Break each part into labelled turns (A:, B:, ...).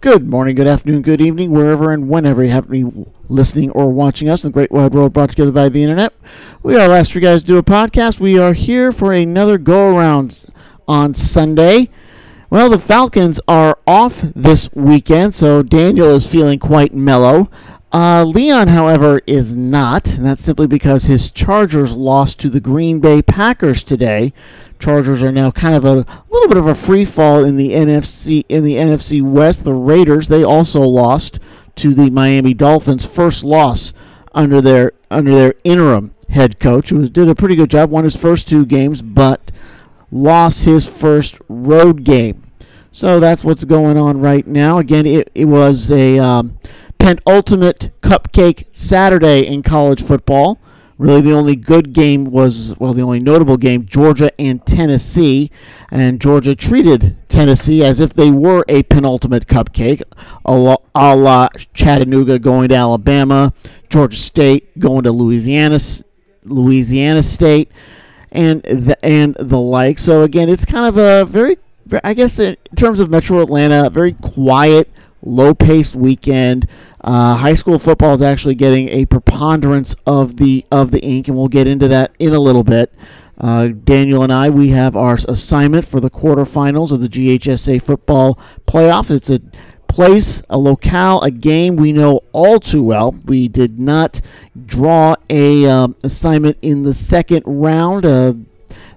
A: Good morning, good afternoon, good evening, wherever and whenever you happen to be listening or watching us in the great wide world brought together by the internet. We are Last Three Guys Do a Podcast. We are here for another go around on Sunday. Well, the Falcons are off this weekend, so Daniel is feeling quite mellow. Uh, Leon, however, is not, and that's simply because his Chargers lost to the Green Bay Packers today. Chargers are now kind of a little bit of a free fall in the NFC in the NFC West. The Raiders they also lost to the Miami Dolphins, first loss under their under their interim head coach, who did a pretty good job, won his first two games, but lost his first road game. So that's what's going on right now. Again, it, it was a um, penultimate cupcake Saturday in college football. Really, the only good game was, well, the only notable game, Georgia and Tennessee. And Georgia treated Tennessee as if they were a penultimate cupcake, a la, a la Chattanooga going to Alabama, Georgia State going to Louisiana, Louisiana State, and the, and the like. So, again, it's kind of a very, I guess, in terms of Metro Atlanta, very quiet low paced weekend. Uh, high school football is actually getting a preponderance of the of the ink, and we'll get into that in a little bit. Uh, Daniel and I, we have our assignment for the quarterfinals of the GHSA football playoffs. It's a place, a locale, a game we know all too well. We did not draw a um, assignment in the second round. Uh,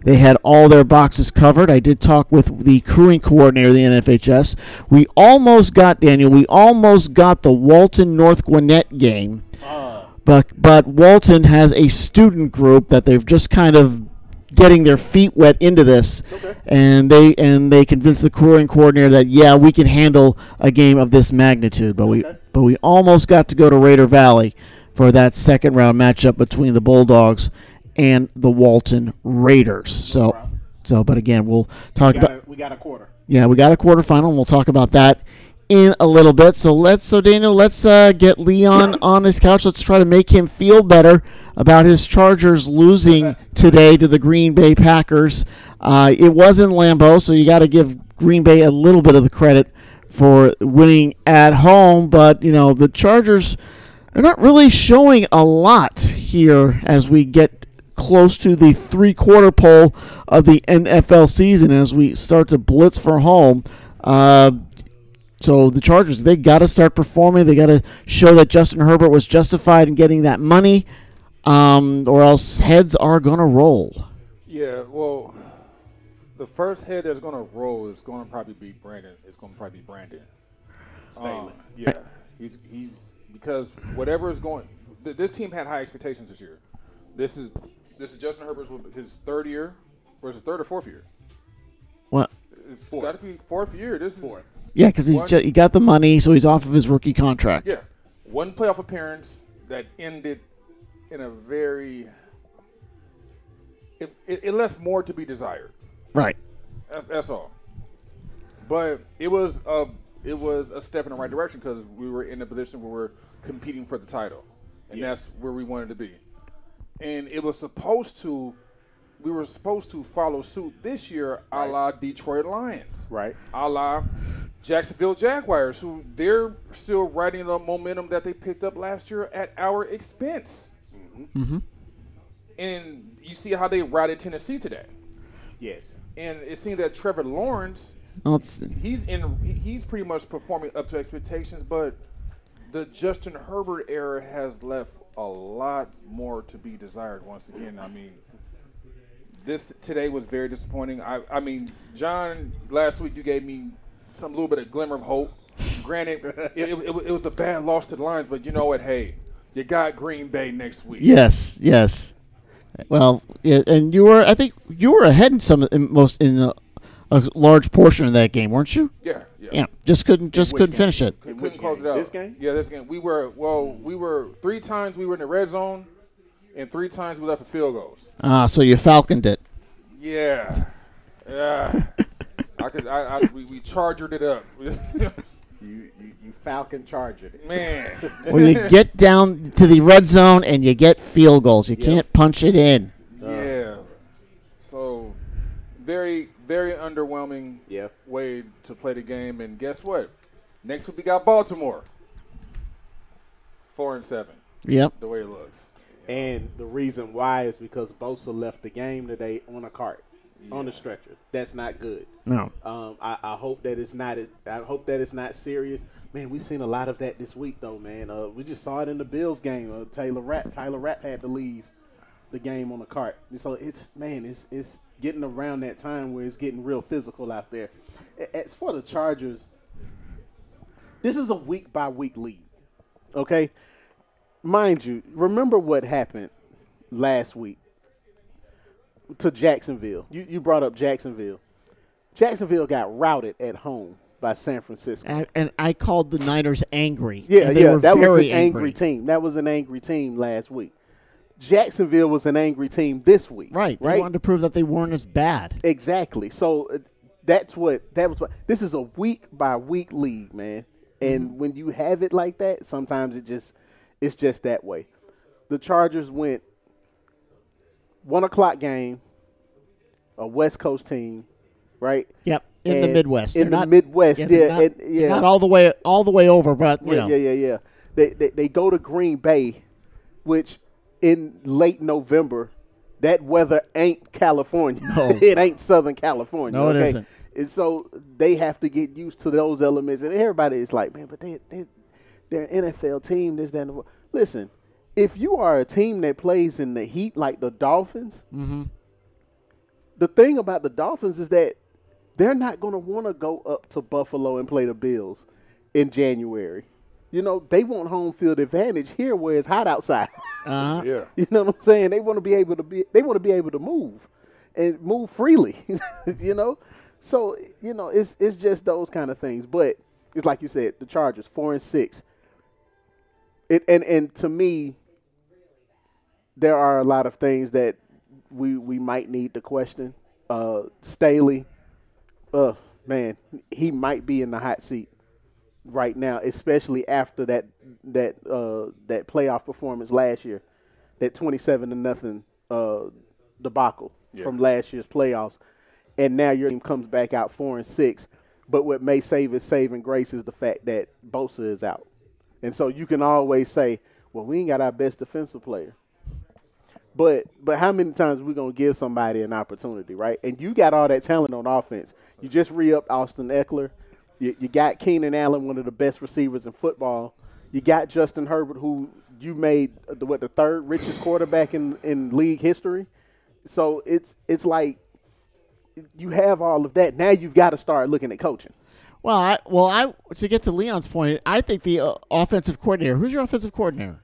A: they had all their boxes covered. I did talk with the crewing coordinator of the NFHS. We almost got Daniel. We almost got the Walton North Gwinnett game, uh. but but Walton has a student group that they've just kind of getting their feet wet into this, okay. and they and they convinced the crewing coordinator that yeah we can handle a game of this magnitude. But okay. we but we almost got to go to Raider Valley for that second round matchup between the Bulldogs and the Walton Raiders. So, no so, but again, we'll talk
B: we
A: about.
B: A, we got a quarter.
A: Yeah, we got a quarterfinal, and we'll talk about that in a little bit. So let's, so Daniel, let's uh, get Leon on his couch. Let's try to make him feel better about his Chargers losing today to the Green Bay Packers. Uh, it was in Lambeau, so you got to give Green Bay a little bit of the credit for winning at home. But you know, the Chargers. They're not really showing a lot here as we get close to the three quarter pole of the NFL season as we start to blitz for home. Uh, so the Chargers, they got to start performing. They got to show that Justin Herbert was justified in getting that money, um, or else heads are going to roll.
C: Yeah, well, the first head that's going to roll is going to probably be Brandon. It's going to probably be Brandon. Um, yeah, he's, he's because whatever is going. Th- this team had high expectations this year. This is this is Justin Herbert's his third year, or is it third or fourth year?
A: What?
C: It's got to be fourth year. This is fourth.
A: Yeah, because he got the money, so he's off of his rookie contract.
C: Yeah, one playoff appearance that ended in a very it, it, it left more to be desired.
A: Right.
C: That's, that's all. But it was a it was a step in the right direction because we were in a position where we're competing for the title, and yes. that's where we wanted to be and it was supposed to we were supposed to follow suit this year right. a la Detroit Lions.
B: Right.
C: A la Jacksonville Jaguars, who they're still riding the momentum that they picked up last year at our expense. Mm-hmm. Mm-hmm. And you see how they routed Tennessee today.
B: Yes.
C: And it seems that Trevor Lawrence,
A: well,
C: he's in, he's pretty much performing up to expectations, but the Justin Herbert era has left a lot more to be desired once again. I mean, this today was very disappointing. I, I mean, John, last week you gave me some little bit of glimmer of hope. Granted, it, it, it, was a bad loss to the Lions, but you know what? Hey, you got Green Bay next week.
A: Yes, yes. Well, it, and you were, I think you were ahead in some in most in a, a, large portion of that game, weren't you?
C: Yeah, yeah.
A: yeah just couldn't, just couldn't
B: game?
A: finish it.
C: Couldn't, couldn't close it out.
B: This game?
C: Yeah, this game. We were well. We were three times we were in the red zone, and three times we left for field goals.
A: Ah, so you falconed it.
C: Yeah, yeah. I could. I, I we, we chargered it up.
B: You, you, you Falcon charger.
C: Man.
A: well, you get down to the red zone and you get field goals. You yep. can't punch it in.
C: Uh, yeah. So, very, very underwhelming
B: yeah.
C: way to play the game. And guess what? Next week we got Baltimore. Four and seven,
A: Yep.
C: the way it looks.
B: And the reason why is because Bosa left the game today on a cart, on a stretcher. That's not good.
A: No.
B: Um, I, I hope that it's not. I hope that it's not serious. Man, we've seen a lot of that this week, though. Man, uh, we just saw it in the Bills game. Uh, Taylor Rapp, Tyler Rapp had to leave the game on the cart. And So it's man, it's it's getting around that time where it's getting real physical out there. A- As for the Chargers, this is a week by week league. Okay, mind you, remember what happened last week to Jacksonville. You you brought up Jacksonville. Jacksonville got routed at home by San Francisco.
A: I, and I called the Niners angry.
B: Yeah,
A: And they
B: yeah,
A: were
B: that was an
A: very
B: angry. team. That was an angry team last week. Jacksonville was an angry team this week.
A: Right. They
B: right.
A: wanted to prove that they weren't as bad.
B: Exactly. So uh, that's what that was. What this is a week by week league, man. And when you have it like that, sometimes it just it's just that way. The Chargers went one o'clock game, a West Coast team, right?
A: Yep. In the
B: And
A: Midwest.
B: in
A: They're
B: the
A: not-
B: Midwest,
A: they're
B: yeah,
A: Not,
B: and- yeah.
A: Not all the way all the way over, but you
B: yeah,
A: know.
B: yeah, yeah, yeah. They, they they go to Green Bay, which in late November, that weather ain't California.
A: No.
B: it ain't Southern California.
A: No, it
B: okay?
A: isn't.
B: And so they have to get used to those elements, and everybody is like, man, but they they they're an NFL team. This that. And the other." Listen, if you are a team that plays in the heat like the Dolphins,
A: Mm-hmm.
B: the thing about the Dolphins is that they're not going to want to go up to Buffalo and play the Bills in January. You know, they want home field advantage here where it's hot outside.
A: Uh-huh.
C: Yeah.
B: you know what I'm saying? They want to be able to be they want to be able to move and move freely, you know? So, you know, it's it's just those kind of things, but it's like you said, the Chargers 4 and 6. It and and to me there are a lot of things that we we might need to question. Uh, Staley, uh, man, he might be in the hot seat right now, especially after that that uh, that playoff performance last year, that twenty seven to nothing uh, debacle from last year's playoffs, and now your team comes back out four and six. But what may save his saving grace is the fact that Bosa is out, and so you can always say, "Well, we ain't got our best defensive player." But but how many times we gonna give somebody an opportunity, right? And you got all that talent on offense. You just re-upped Austin Eckler. You, you got Keenan Allen, one of the best receivers in football. You got Justin Herbert, who you made uh, the, what the third richest quarterback in, in league history. So it's it's like you have all of that. Now you've got to start looking at coaching.
A: Well, I, well, I to get to Leon's point, I think the uh, offensive coordinator. Who's your offensive coordinator?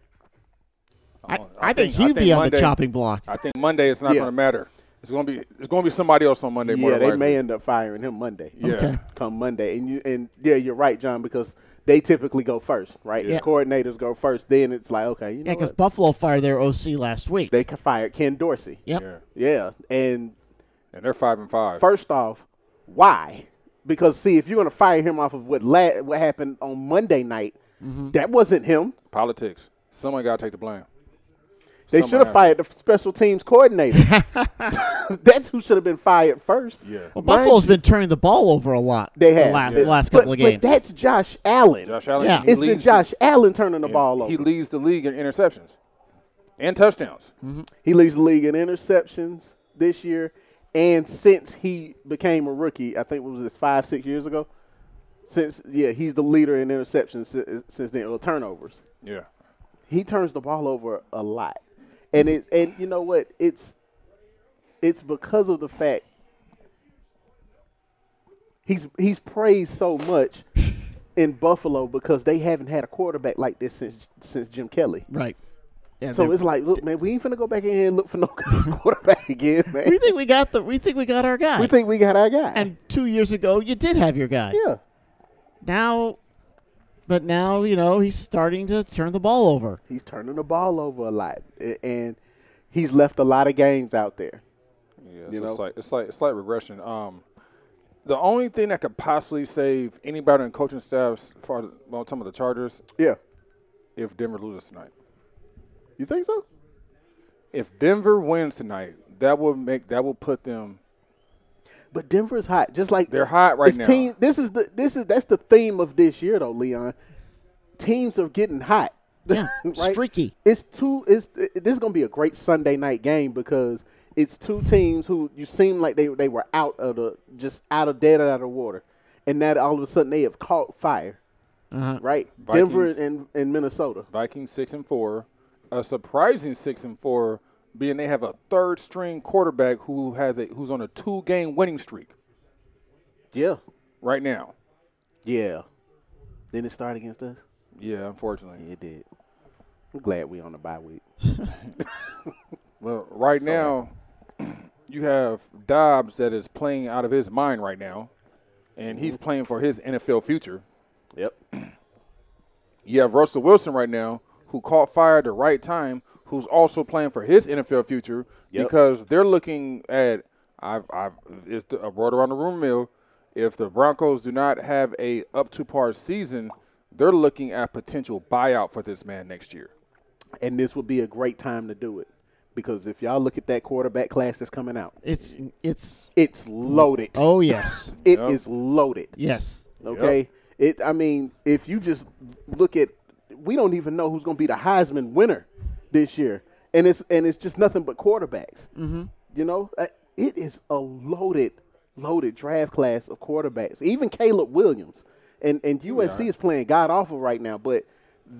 A: I,
C: on.
A: I,
C: I
A: think,
C: think-
A: he'd be
C: I think
A: on
C: Monday-
A: the chopping block.
C: I think Monday it's not
B: Yeah.
C: going to matter. It's going to be it's going to be somebody else on Monday. more
B: Yeah,
C: than
B: they
C: likely.
B: may end up firing him Monday.
C: Yeah.
A: Okay.
B: come Monday. And you and yeah, you're right, John, because they typically go first, right?
A: Yeah.
B: The coordinators go first. Then it's like, okay, you know,
A: Yeah, because
B: what?
A: Buffalo fired their OC last week.
B: they ca- fired Ken Dorsey.
A: yep.
C: Yeah.
B: Yeah, and
C: And they're five and five.
B: first off, why? Because see, if you're gonna fire him off of what la- what happened on Monday night,
A: Mm-hmm.
B: that wasn't him.
C: Politics. Someone got to take the blame.
B: They
C: Someone
B: should have fired
C: happened.
B: the special teams coordinator. That's who should have been fired first.
C: Yeah.
A: Well,
B: Mind
A: Buffalo's been turning the ball over a lot.
B: They
A: the
B: have
A: last,
B: Yeah.
A: the last
B: But-
A: couple of games.
B: But that's Josh Allen.
C: Josh Allen.
A: Yeah.
C: he
B: it's been
C: leads
B: Josh Allen turning the ball
C: The,
B: over.
C: he leads the league in interceptions and touchdowns.
B: He leads the league in interceptions this year, and since he became a rookie, I think what was this five six years ago. Since yeah, he's the leader in interceptions since, since then or turnovers.
C: Yeah.
B: He turns the ball over a lot, and it and you know what it's it's because of the fact he's he's praised so much in Buffalo because they haven't had a quarterback like this since since Jim Kelly.
A: right. Yeah,
B: So
A: they-
B: it's like, look, man, we ain't finna go back in here and look for no quarterback again, man.
A: we think we got the. We think we got our guy.
B: We think we got our guy.
A: and two years ago, you did have your guy.
B: yeah,
A: Now, but now you know he's starting to turn the ball over.
B: he's turning the ball over a lot, a- and he's left a lot of games out there.
C: Yeah,
B: You
C: so
B: know?
C: it's like it's like it's like regression. Um, the only thing that could possibly save anybody in coaching staffs, as far as well, I'm talking about the Chargers,
B: Yeah,
C: if Denver loses tonight.
B: you think so?
C: If Denver wins tonight, that will make that will put them
B: But Denver's hot, just like
C: They're hot right
B: it's
C: now.
B: Team, this is the this is that's the theme of this year though, Leon. Teams are getting hot.
A: Yeah, streaky.
B: It's two. It's this is gonna be a great Sunday night game because it's two teams who you seem like they they were out of the just out of dead out of the water, and now all of a sudden they have caught fire.
A: Uh-huh.
B: Right, Denver
C: Vikings.
B: and, and Minnesota.
C: Vikings six and four, a surprising six and four, being they have a third string quarterback who has a who's on a two game winning streak
B: Yeah,
C: right now.
B: yeah. Then it start against us.
C: Yeah, unfortunately.
B: It did. I'm glad we on the bye week.
C: Well, right now, you have Dobbs that is playing out of his mind right now, and he's playing for his NFL future.
B: Yep.
C: You have Russell Wilson right now, who caught fire at the right time, who's also playing for his NFL future
B: Yep.
C: because they're looking at I've I've it's the, a word around the room mill. If the Broncos do not have a up to par season, they're looking at potential buyout for this man next year.
B: And this would be a great time to do it because if y'all look at that quarterback class that's coming out,
A: It's it's
B: it's loaded.
A: oh yes.
B: It is
C: Yep.
B: loaded.
A: Yes.
B: Okay. It. I mean, if you just look at, we don't even know who's going to be the Heisman winner this year, and it's and it's just nothing but quarterbacks. Mm-hmm. You know, Uh, it is a loaded, loaded draft class of quarterbacks. Even Caleb Williams, and and USC is playing god awful right now, but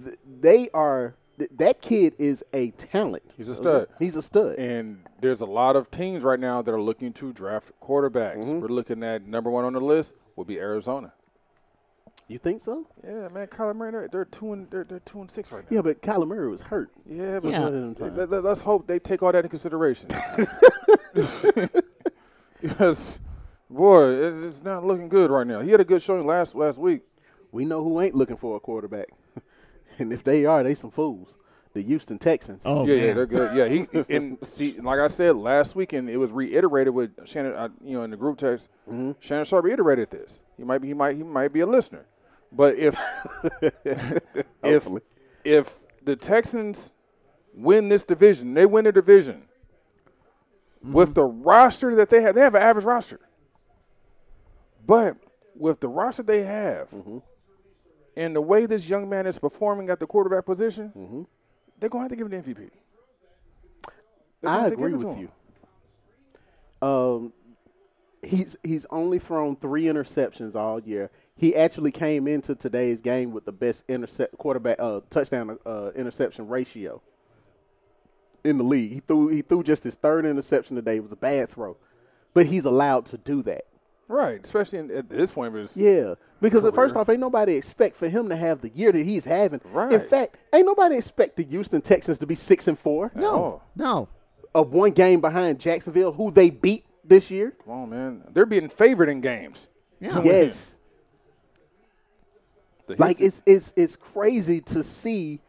B: th- they are. th- That kid is a talent.
C: He's a stud.
B: He's a stud.
C: And there's a lot of teams right now that are looking to draft quarterbacks. We're looking at number one on the list would be Arizona.
B: you think so?
C: Yeah, man, Kyler Murray, they're, they're two and they're, they're two and six right now.
B: Yeah, but Kyler Murray was hurt.
C: Yeah, but
A: Yeah.
C: Let, let, us hope they take all that in consideration. yes, boy, it, it's not looking good right now. He had a good showing last last week.
B: We know who ain't looking for a quarterback, and if they are, they some fools. The Houston Texans.
A: Oh
C: yeah, yeah,
A: man.
C: they're good. Yeah, he and see, like I said last weekend, it was reiterated with Shannon. Uh, you know, in the group text,
A: Mm-hmm.
C: Shannon Sharp reiterated this. He might be, he might, he might be a listener. But if if
B: Hopefully.
C: if the Texans win this division, they win the division
A: Mm-hmm.
C: with the roster that they have. They have an average roster, but with the roster they have.
B: Mm-hmm.
C: And the way this young man is performing at the quarterback position,
B: Mm-hmm.
C: they're gonna have to give him the MVP. They're gonna
B: I
C: have to give
B: agree
C: it to
B: with
C: him.
B: you. Um, he's he's only thrown three interceptions all year. He actually came into today's game with the best intercept quarterback uh, touchdown uh, interception ratio in the league. He threw he threw just his third interception today. It was a bad throw, but he's allowed to do that.
C: right? Especially in, at this point of his
B: Yeah, because at first
C: Career.
B: off, ain't nobody expect for him to have the year that he's having. In
C: Right.
B: fact, ain't nobody expect the Houston Texans to be six and four,
A: No.
C: Oh.
A: No.
B: of one game behind Jacksonville, who they beat this year.
C: Come on, man, they're being favored in games.
A: Yeah.
B: Yes,
C: The
B: like
C: Houston-
B: it's it's it's crazy to see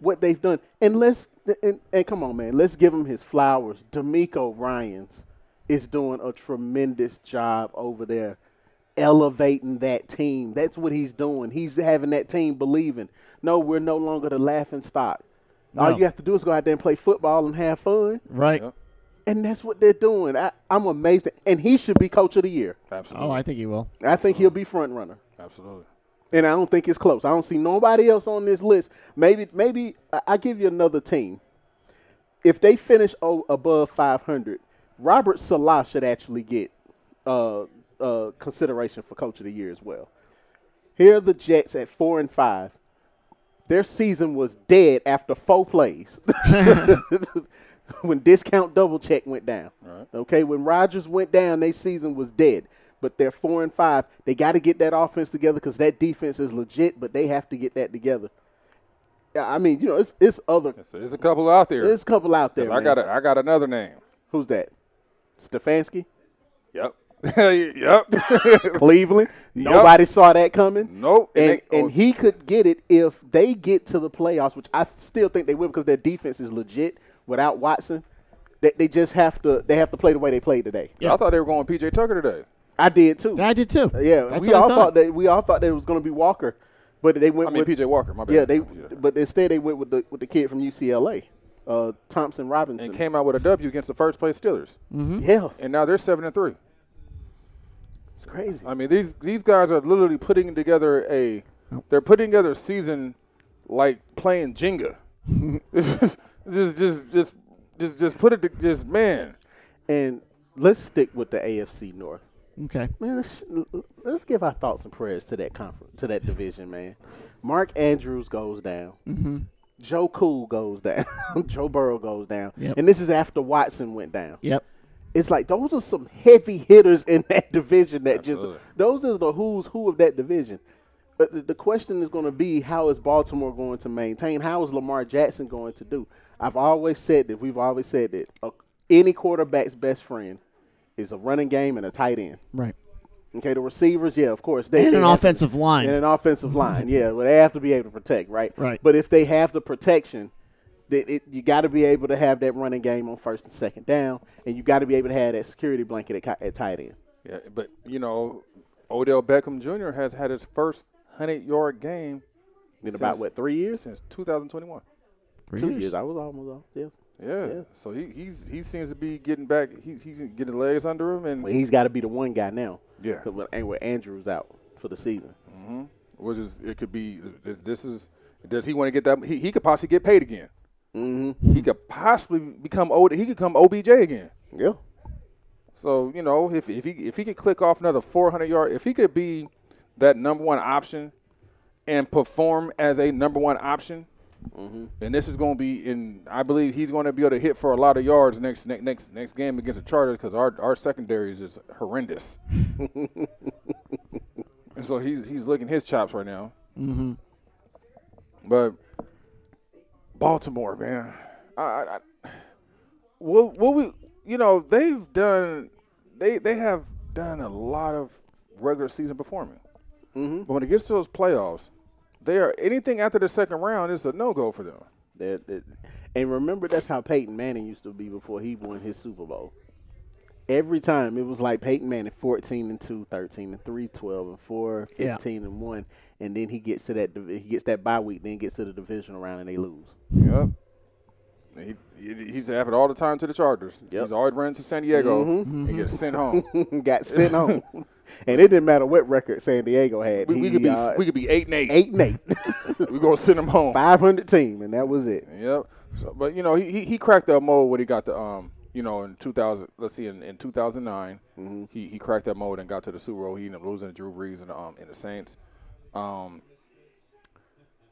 B: what they've done. And let's and, and come on, man, let's give him his flowers. D'Amico Ryan's is doing a tremendous job over there, elevating that team. That's what he's doing. He's having that team believing. No, we're no longer the laughing stock.
A: No.
B: All you have to do is go out there and play football and have fun.
A: Right.
C: Yep.
B: And that's what they're doing. I, I'm amazed. at- and he should be coach of the year.
C: absolutely,
A: Oh, I think he will.
B: I think he'll be front runner
C: absolutely.
B: and I don't think it's close. I don't see nobody else on this list. Maybe, maybe I- I give you another team. If they finish o- above 500, Robert Salah should actually get uh, uh, consideration for Coach of the Year as well. Here are the Jets at four and five. Their season was dead after four plays. when discount double check went down.
C: Right.
B: Okay, when Rodgers went down, their season was dead. But they're four and five. They got to get that offense together because that defense is legit. But they have to get that together. Yeah, I mean, you know, it's it's other,
C: So there's a couple out there.
B: there's a couple out there.
C: I
B: man.
C: got a, I got another name.
B: Who's that? Stefanski,
C: Yep. yep.
B: Cleveland. Nobody saw that coming.
C: Nope.
B: And
C: And
B: and,
C: they- oh.
B: he could get it if they get to the playoffs, which I still think they will because their defense is legit without Watson. They, they just have to they have to play the way they played today.
A: Yeah.
C: I thought they were going PJ Tucker today.
B: I did too.
A: I did too.
B: Yeah,
A: That's
B: we
A: what I
B: all thought. that we all thought that it was going to be Walker, but they went
C: I mean
B: with
C: PJ Walker. My bad.
B: yeah they,
C: PJ Tucker.
B: but instead they went with the with the kid from UCLA, uh, Thompson Robinson.
C: and came out with a W against the first place Steelers,
B: Yeah,
C: and now they're seven and three.
B: It's crazy.
C: I mean, these these guys are literally putting together a they're putting together a season like playing Jenga. just, just, just, just, just, just put it. To, just man, Mm-hmm.
B: And let's stick with the AFC North.
A: Okay.
B: Man, let's, let's give our thoughts and prayers to that conference, to that division, man. Mark Andrews goes down. Mm-hmm. Joe Cool goes down. Joe Burrow goes down.
A: Yep.
B: And this is after Watson went down.
A: Yep.
B: It's like those are some heavy hitters in that division. That
C: Absolutely.
B: just those are the who's who of that division. But the, the question is going to be how is Baltimore going to maintain? How is Lamar Jackson going to do? I've always said that. We've always said that uh, any quarterback's best friend is a running game and a tight end.
A: Right.
B: Okay, the receivers, yeah, of course. They,
A: And
B: they
A: an
B: have to-
A: offensive line.
B: And an offensive line, yeah. Well, they have to be able to protect, right?
A: Right.
B: But if they have the protection, that it, you got to be able to have that running game on first and second down, and you got to be able to have that security blanket at, ki- at tight end.
C: yeah. But you know, Odell Beckham Jr. has had his first hundred yard game
B: In about
C: Since-
B: what three years?
C: since 2021.
A: Three
B: Two years. I was almost off. Yeah.
C: Yeah.
B: Yeah.
C: So he he's he seems to be getting back. He's he's getting legs under him, and
B: Well, he's got to be the one guy now.
C: Yeah.
B: 'Cause when- and with Andrews out for the season,
C: which is it could be this, this is does he want to get that? He, he could possibly get paid again. Mm-hmm. He could possibly become old. He could come OBJ again.
B: yeah.
C: So you know, if if he if he could click off another 400 yard, if he could be that number one option and perform as a number one option, and this is going to be in. I believe he's going to be able to hit for a lot of yards next next next, next game against the Chargers because our our secondary is just horrendous. and so he's he's licking his chops right now. Mm-hmm. But Baltimore, man, I, I, I will will we you know they've done they they have done a lot of regular season performing mm-hmm. but when it gets to those playoffs they are anything after the second round is a no-go for them
B: That, that- and remember, that's how Peyton Manning used to be before he won his Super Bowl. Every time it was like Peyton Manning 14 and 2, 13 and 3, 12 and 4,
A: Yeah.
B: 15 and 1, and then he gets to that divi- he gets that bye week, then gets to the divisional round and they lose.
C: yep he, he, he's happened all the time to the Chargers.
B: Yep.
C: He's always running to San Diego and gets sent home.
B: Got sent home. and it didn't matter what record San Diego had.
C: We, we
B: he,
C: could be
B: uh,
C: we could be eight and eight.
B: 8 and 8.
C: We're gonna send him home.
B: 500 team and that was it.
C: Yep. So, but you know, he, he he cracked that mold when he got the um, you know, in 2000. Let's see, in, in 2009, he he cracked that mold and got to the Super Bowl. He ended up losing to Drew Brees and um in the Saints. Um,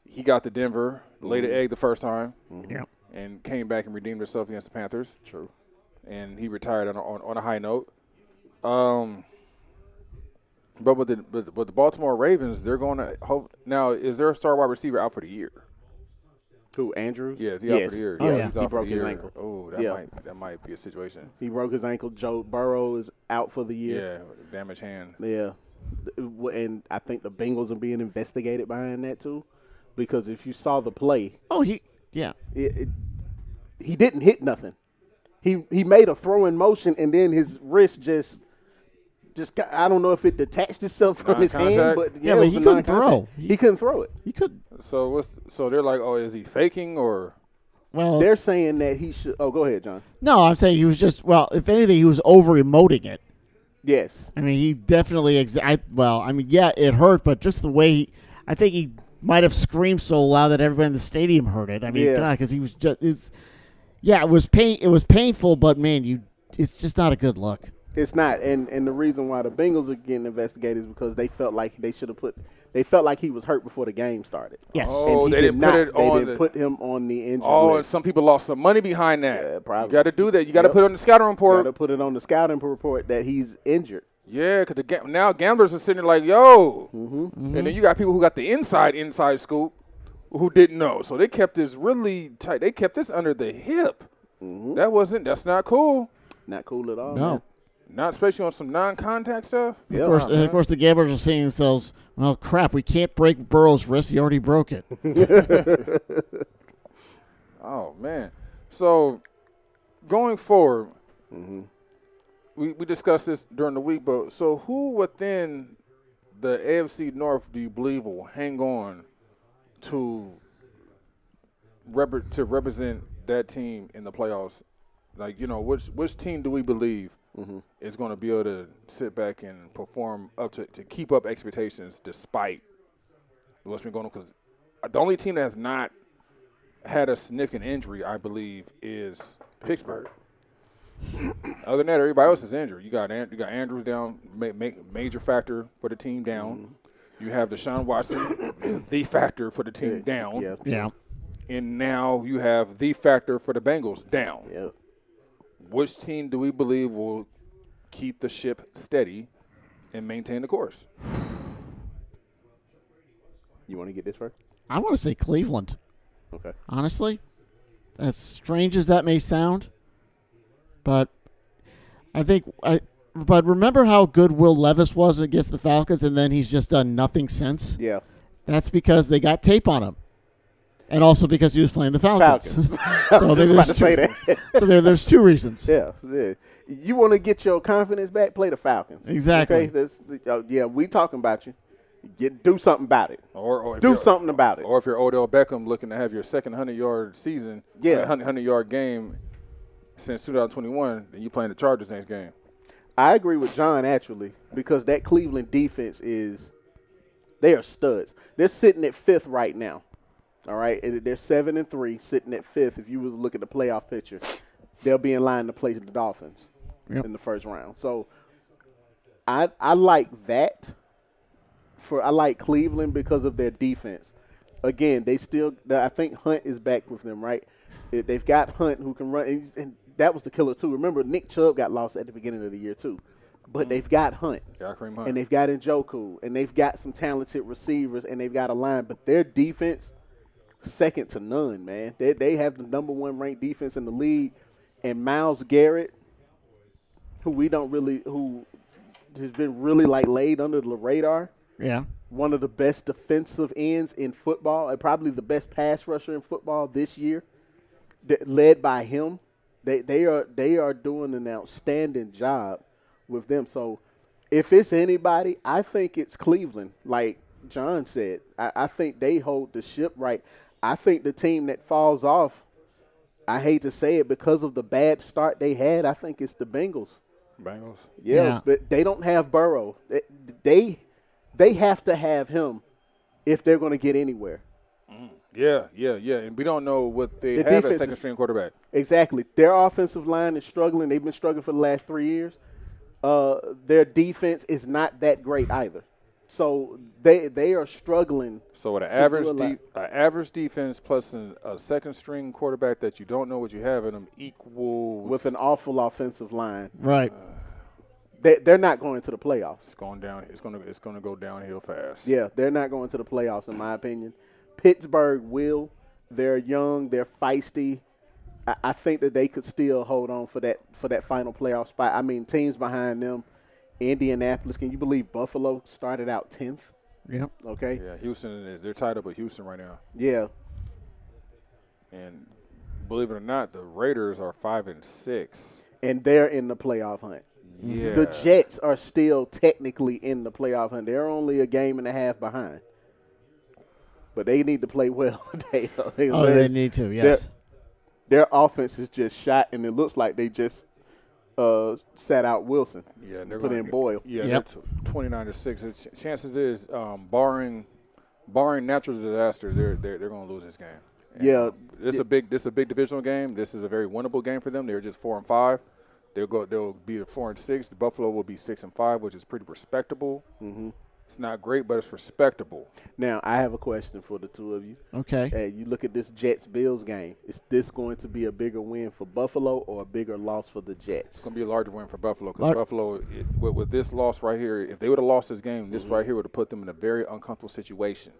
C: he got to Denver, laid an egg the first time,
A: Yep.
C: and came back and redeemed himself against the Panthers. True. And he retired on a, on, on a high note. Um. But with the but, but the Baltimore Ravens, they're going to hope now. Is their star wide receiver out for the year?
B: Who Andrews?
C: Yeah, is he out
B: Yes.
C: for the year?
A: Oh, yeah.
C: he's
B: He
C: out for
B: broke
C: the
B: his
C: year.
B: ankle.
C: Oh, that
B: Yeah.
C: might that might be a situation.
B: He broke his ankle. Joe Burrow is out for the year.
C: Yeah, damaged hand.
B: Yeah, Th- w- and I think the Bengals are being investigated behind that too, because if you saw the play,
A: Oh, he. Yeah.
B: it, it, he didn't hit nothing. He he made a throw in motion, and then his wrist just just got, I don't know if it detached itself from his hand,
C: Non-contact?
B: but
A: Yeah,
B: yeah, it
A: but
B: was
A: he
B: a
A: couldn't
B: non-contact.
A: throw.
B: He couldn't throw it.
A: He could.
C: So what's so they're like, oh, is he faking or?
A: Well,
B: They're saying that he should. Oh, go ahead, John.
A: no, I'm saying he was just. Well, if anything, he was over emoting it.
B: Yes,
A: I mean, he definitely. Ex- I, well, I mean, yeah, it hurt, but just the way he, I think he might have screamed so loud that everybody in the stadium heard it. I mean,
B: Yeah.
A: because he was just. It's, yeah, it was pain. It was painful, but man, you. It's just not a good look.
B: it's not, and and the reason why the Bengals are getting investigated is because they felt like they should have put. They felt like he was hurt before the game started.
A: Yes.
C: Oh.
B: And he
C: they
B: did
C: didn't put
B: not-
C: it
B: they
C: on
B: didn't
C: the-
B: put him on the injury
C: Oh, and
B: list.
C: some people lost some money behind that.
B: Yeah, probably.
C: You got to do that. You got to
B: Yep.
C: put it on the scouting report.
B: Gotta put it on the scouting report that he's injured.
C: Yeah, 'cause the ga- now gamblers are sitting there like, yo,
B: Mm-hmm.
C: and then you got people who got the inside inside scoop who didn't know, so they kept this really tight. They kept this under the hip.
B: Mm-hmm.
C: That wasn't. That's not cool.
B: Not cool at all.
A: No.
C: Not especially on some non-contact stuff.
B: man.
A: Of course,
B: Yeah.
A: and of course, the gamblers are saying to themselves, "Well, crap, we can't break Burrow's wrist. He already broke it."
C: Oh man. So going forward, we we discussed this during the week, but so who within the AFC North do you believe will hang on to rep- to represent that team in the playoffs? Like you know, which which team do we believe is going to be able to sit back and perform up to to keep up expectations despite what's been going on. Because the only team that has not had a significant injury, I believe, is Pittsburgh. Other than that, everybody else is injured. You got An- you got Andrews down, ma- ma- major factor for the team down. You have Deshaun Watson, the factor for the team down
B: Mm-hmm. Yeah,
A: Yeah.
C: and now you have the factor for the Bengals down.
B: yeah.
C: Which team do we believe will keep the ship steady and maintain the course?
B: You want to get this first?
A: I want to say Cleveland.
B: Okay.
A: honestly. As strange as that may sound, but I think I. But remember how good Will Levis was against the Falcons, and then he's just done nothing since.
B: Yeah.
A: That's because they got tape on him, and also because he was playing the Falcons.
B: Falcons.
A: so
B: I
A: there- there's
B: was about to
A: two,
B: say that.
A: so there, there's two reasons.
B: yeah, yeah. You want to get your confidence back? Play the Falcons.
A: Exactly.
B: Okay. That's the, oh, yeah, we talking about you. Get do something about it.
C: Or, or if
B: Do
C: you're-
B: something about it.
C: Or if you're Odell Beckham looking to have your second hundred yard season,
B: Yeah.
C: uh, hundred hundred yard game since 2021, then you playing the Chargers next game.
B: I agree with John actually because that Cleveland defense is they are studs. They're sitting at fifth right now. All right, And they're seven and three, sitting at fifth. If you was to look at the playoff picture, they'll be in line to play the Dolphins
A: Yep.
B: in the first round. So I I like that for I like Cleveland because of their defense. Again, they still I think Hunt is back with them, right? They- They've got Hunt who can run, and, and that was the killer too. Remember, Nick Chubb got lost at the beginning of the year too, but they've got Hunt
C: Got Kareem Hunt.
B: and they've got Njoku, and they've got some talented receivers, and they've got a line, but their defense second to none, man. They they have the number one ranked defense in the league, and Miles Garrett, who we don't really who has been really like laid under the radar
A: Yeah.
B: one of the best defensive ends in football and probably the best pass rusher in football this year, that led by him. They they are they are doing an outstanding job with them. So if it's anybody, I think it's Cleveland. Like John said, I, I think they hold the ship right. I think the team that falls off, I hate to say it, because of the bad start they had, I think it's the Bengals.
C: Bengals.
B: Yeah,
A: Yeah.
B: but they don't have Burrow. They- They they have to have him if they're going to get anywhere.
C: Yeah, yeah, yeah. And we don't know what they
B: The
C: have
B: defense
C: at
B: is-
C: second string quarterback.
B: Exactly. Their offensive line is struggling. They've been struggling for the last three years. Uh, their defense is not that great either. So they they are struggling.
C: So with an
B: do
C: average,
B: a lot.
C: de- an average defense plus an, a second string quarterback that you don't know what you have in them equals
B: With an awful offensive line,
A: Right.
B: they, they're not going to the playoffs.
C: It's going down. It's going to. It's going to go downhill fast.
B: Yeah, they're not going to the playoffs, in my opinion. Pittsburgh will. They're young. They're feisty. I, I think that they could still hold on for that for that final playoff spot. I mean, teams behind them, Indianapolis. Can you believe Buffalo started out tenth?
A: Yep.
B: Okay.
C: Yeah. Houston is. They're tied up with Houston right now.
B: Yeah.
C: And believe it or not, the Raiders are five and six.
B: And they're in the playoff hunt.
C: Yeah.
B: The Jets are still technically in the playoff hunt. They're only a game and a half behind. But they need to play well. they, they-
A: Oh, they need to. Yes.
B: their offense is just shot, and it looks like they just uh, sat out Wilson.
C: Yeah. They're
B: put
C: gonna
B: in
C: get-
B: Boyle.
C: Yeah.
A: Yep.
C: they're t- Twenty-nine to six. It's, chances is, um, barring, barring natural disasters, they're they're, they're going to lose this game. And
B: Yeah.
C: This is a big. This is a big divisional game. This is a very winnable game for them. They're just four and five. They'll go. They'll be at four and six. The Buffalo will be six and five, which is pretty respectable. Mm-hmm. It's not great, but it's respectable.
B: Now, I have a question for the two of you.
A: Okay.
B: Hey, you look at this Jets Bills game. Is this going to be a bigger win for Buffalo or a bigger loss for the Jets?
C: It's gonna be a larger win for Buffalo because
A: Lar-
C: Buffalo, it, with, with this loss right here, if they would have lost this game, this
B: Mm-hmm.
C: right here would have put them in a very uncomfortable situation.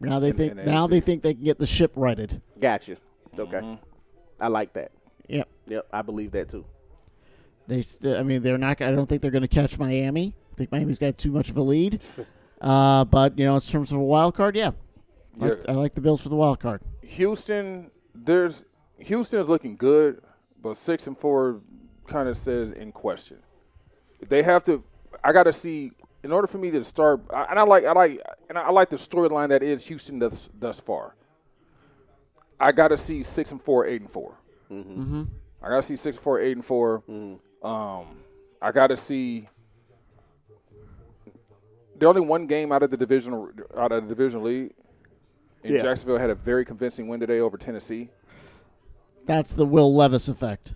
A: Now they think.
C: in the
A: Now
C: AFC.
A: they think they can get the ship righted.
B: Gotcha. Okay.
C: Mm-hmm.
B: I like that.
A: Yep.
B: Yep, I believe that too.
A: They, st- I mean, they're not. I don't think they're going to catch Miami. I think Miami's got too much of a lead. Uh, but you know, in terms of a wild card, yeah, I like- I
C: Yeah.
A: like the Bills for the wild card.
C: Houston, there's Houston is looking good, but six and four kind of says in question. They have to. I gotta see in order for me to start. I- And I like, I like, and I like the storyline that is Houston thus, thus far. I gotta see
A: Mm-hmm.
C: Mm-hmm. six and four, eight and 4 I gotta see six and four, eight and 4 Um, I got to see. They're only one game out of the divisional out of the division league. And
B: Yeah.
C: Jacksonville had a very convincing win today over Tennessee.
A: That's the Will Levis effect.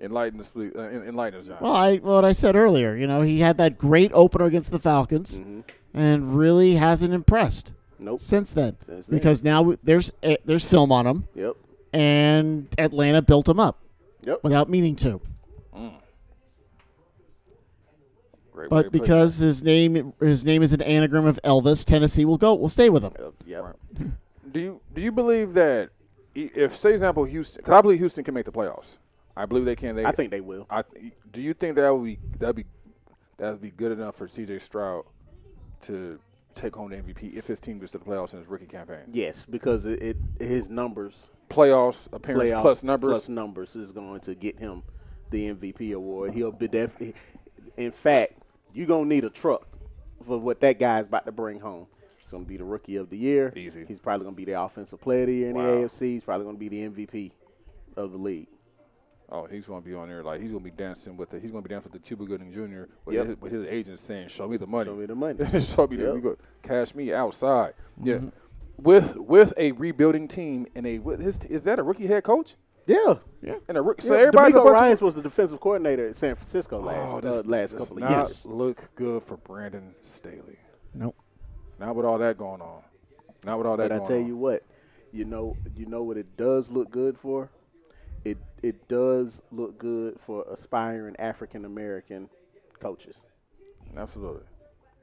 C: Enlighten us, please. Uh, en- enlighten us, John.
A: Well, I what I said earlier, you know, he had that great opener against the Falcons,
B: Mm-hmm.
A: and really hasn't impressed
B: Nope.
A: since then.
B: Since then.
A: because now we- there's eh, there's film on him,
B: Yep.
A: and Atlanta built him up
B: Yep.
A: without meaning to.
C: Great way to
A: But
C: put it.
A: because his name his name is an anagram of Elvis, Tennessee will go. Will stay with him.
B: Yep. Yep.
C: do you do you believe that i- if, say, example, Houston? Because I believe Houston can make the playoffs. I believe they can. They,
B: I think they will.
C: I th- do you think that would be that be that would be good enough for C.J. Stroud to take home the MVP if his team gets to the playoffs in his rookie campaign?
B: Yes, because it, it his numbers,
C: Playoffs appearance
B: playoff
C: plus numbers.
B: plus numbers is going to get him the MVP award. He'll be definitely. In fact, you are gonna need a truck for what that guy's about to bring home. He's gonna be the rookie of the year.
C: Easy.
B: He's probably gonna be the offensive player of the year in
C: Wow.
B: the AFC. He's probably gonna be the MVP of the league.
C: oh, he's going to be on there like he's going to be dancing with the he's going to be dancing with the Cuba Gooding Jr. with,
B: Yep.
C: his, with his agent saying, "Show me the money.
B: Show me the money.
C: Show me the
B: Yep.
C: you go cash me outside." Yeah. With with a rebuilding team and a with his is that a rookie head coach?
B: Yeah.
A: Yeah.
C: And a rookie, so
B: Yeah,
C: everybody's a
B: D'Amico
C: bunch of
B: Ryan's was the defensive coordinator at San Francisco last
C: Oh,
B: uh,
C: this
B: last
C: does
B: couple of
C: not
B: years.
A: years.
C: Look good for Brandon Staley.
A: Nope.
C: Not with all that going on. Not with all that
B: But I
C: going
B: tell
C: on.
B: you what, you know, you know what it does look good for. It it does look good for aspiring African American coaches.
C: Absolutely.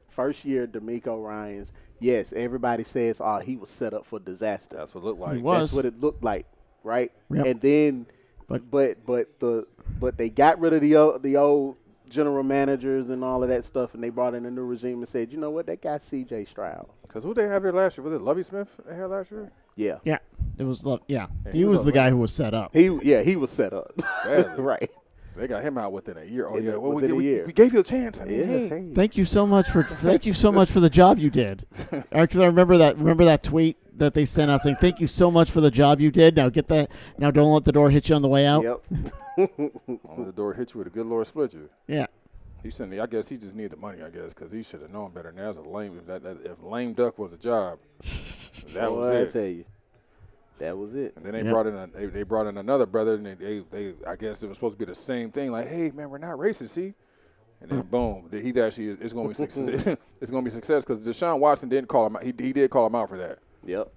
B: First year, D'Amico Ryan's. Yes, everybody says, "Oh, he was set up for disaster."
C: That's what it looked like.
A: He was.
B: That's what it looked like, right?
A: Yep.
B: And then,
A: But-
B: but but the but they got rid of the old, the old general managers and all of that stuff, and they brought in a new regime and said, you know what, that guy C.J. Stroud,
C: Because who they have here last year? Was it Lovey Smith they had last year?
B: yeah,
A: Yeah. It was. lo- Yeah.
C: he
A: He
C: was
A: was the guy who was set up.
B: he yeah he was set up,
C: Badly.
B: right?
C: They got him out within a year. Oh,
B: In
C: yeah.
B: a-
C: Well, we,
B: within a
C: we,
B: year.
C: we gave you a chance. I mean,
B: Yeah,
C: hey.
B: hey.
A: Thank you so much for thank you so much for the job you did. Because I remember that remember that tweet that they sent out saying thank you so much for the job you did. Now get that. Now don't let the door hit you on the way out.
B: Yep.
C: Only the door hit you with a good Lord split you.
A: Yeah.
C: He sent me. I guess he just needed the money. I guess because he should have known better. Now that's a lame. If, that, that, if lame duck was a job, that was
B: Boy, I
C: it.
B: tell you, that was it.
C: And then they
A: Yep.
C: brought in a, they, they brought in another brother, and they, they they I guess it was supposed to be the same thing. Like, hey man, we're not racist, see? And then boom, th- he actually is- it's gonna be success. it's gonna be success because Deshaun Watson didn't call him. out. He he did call him out for that.
B: Yep.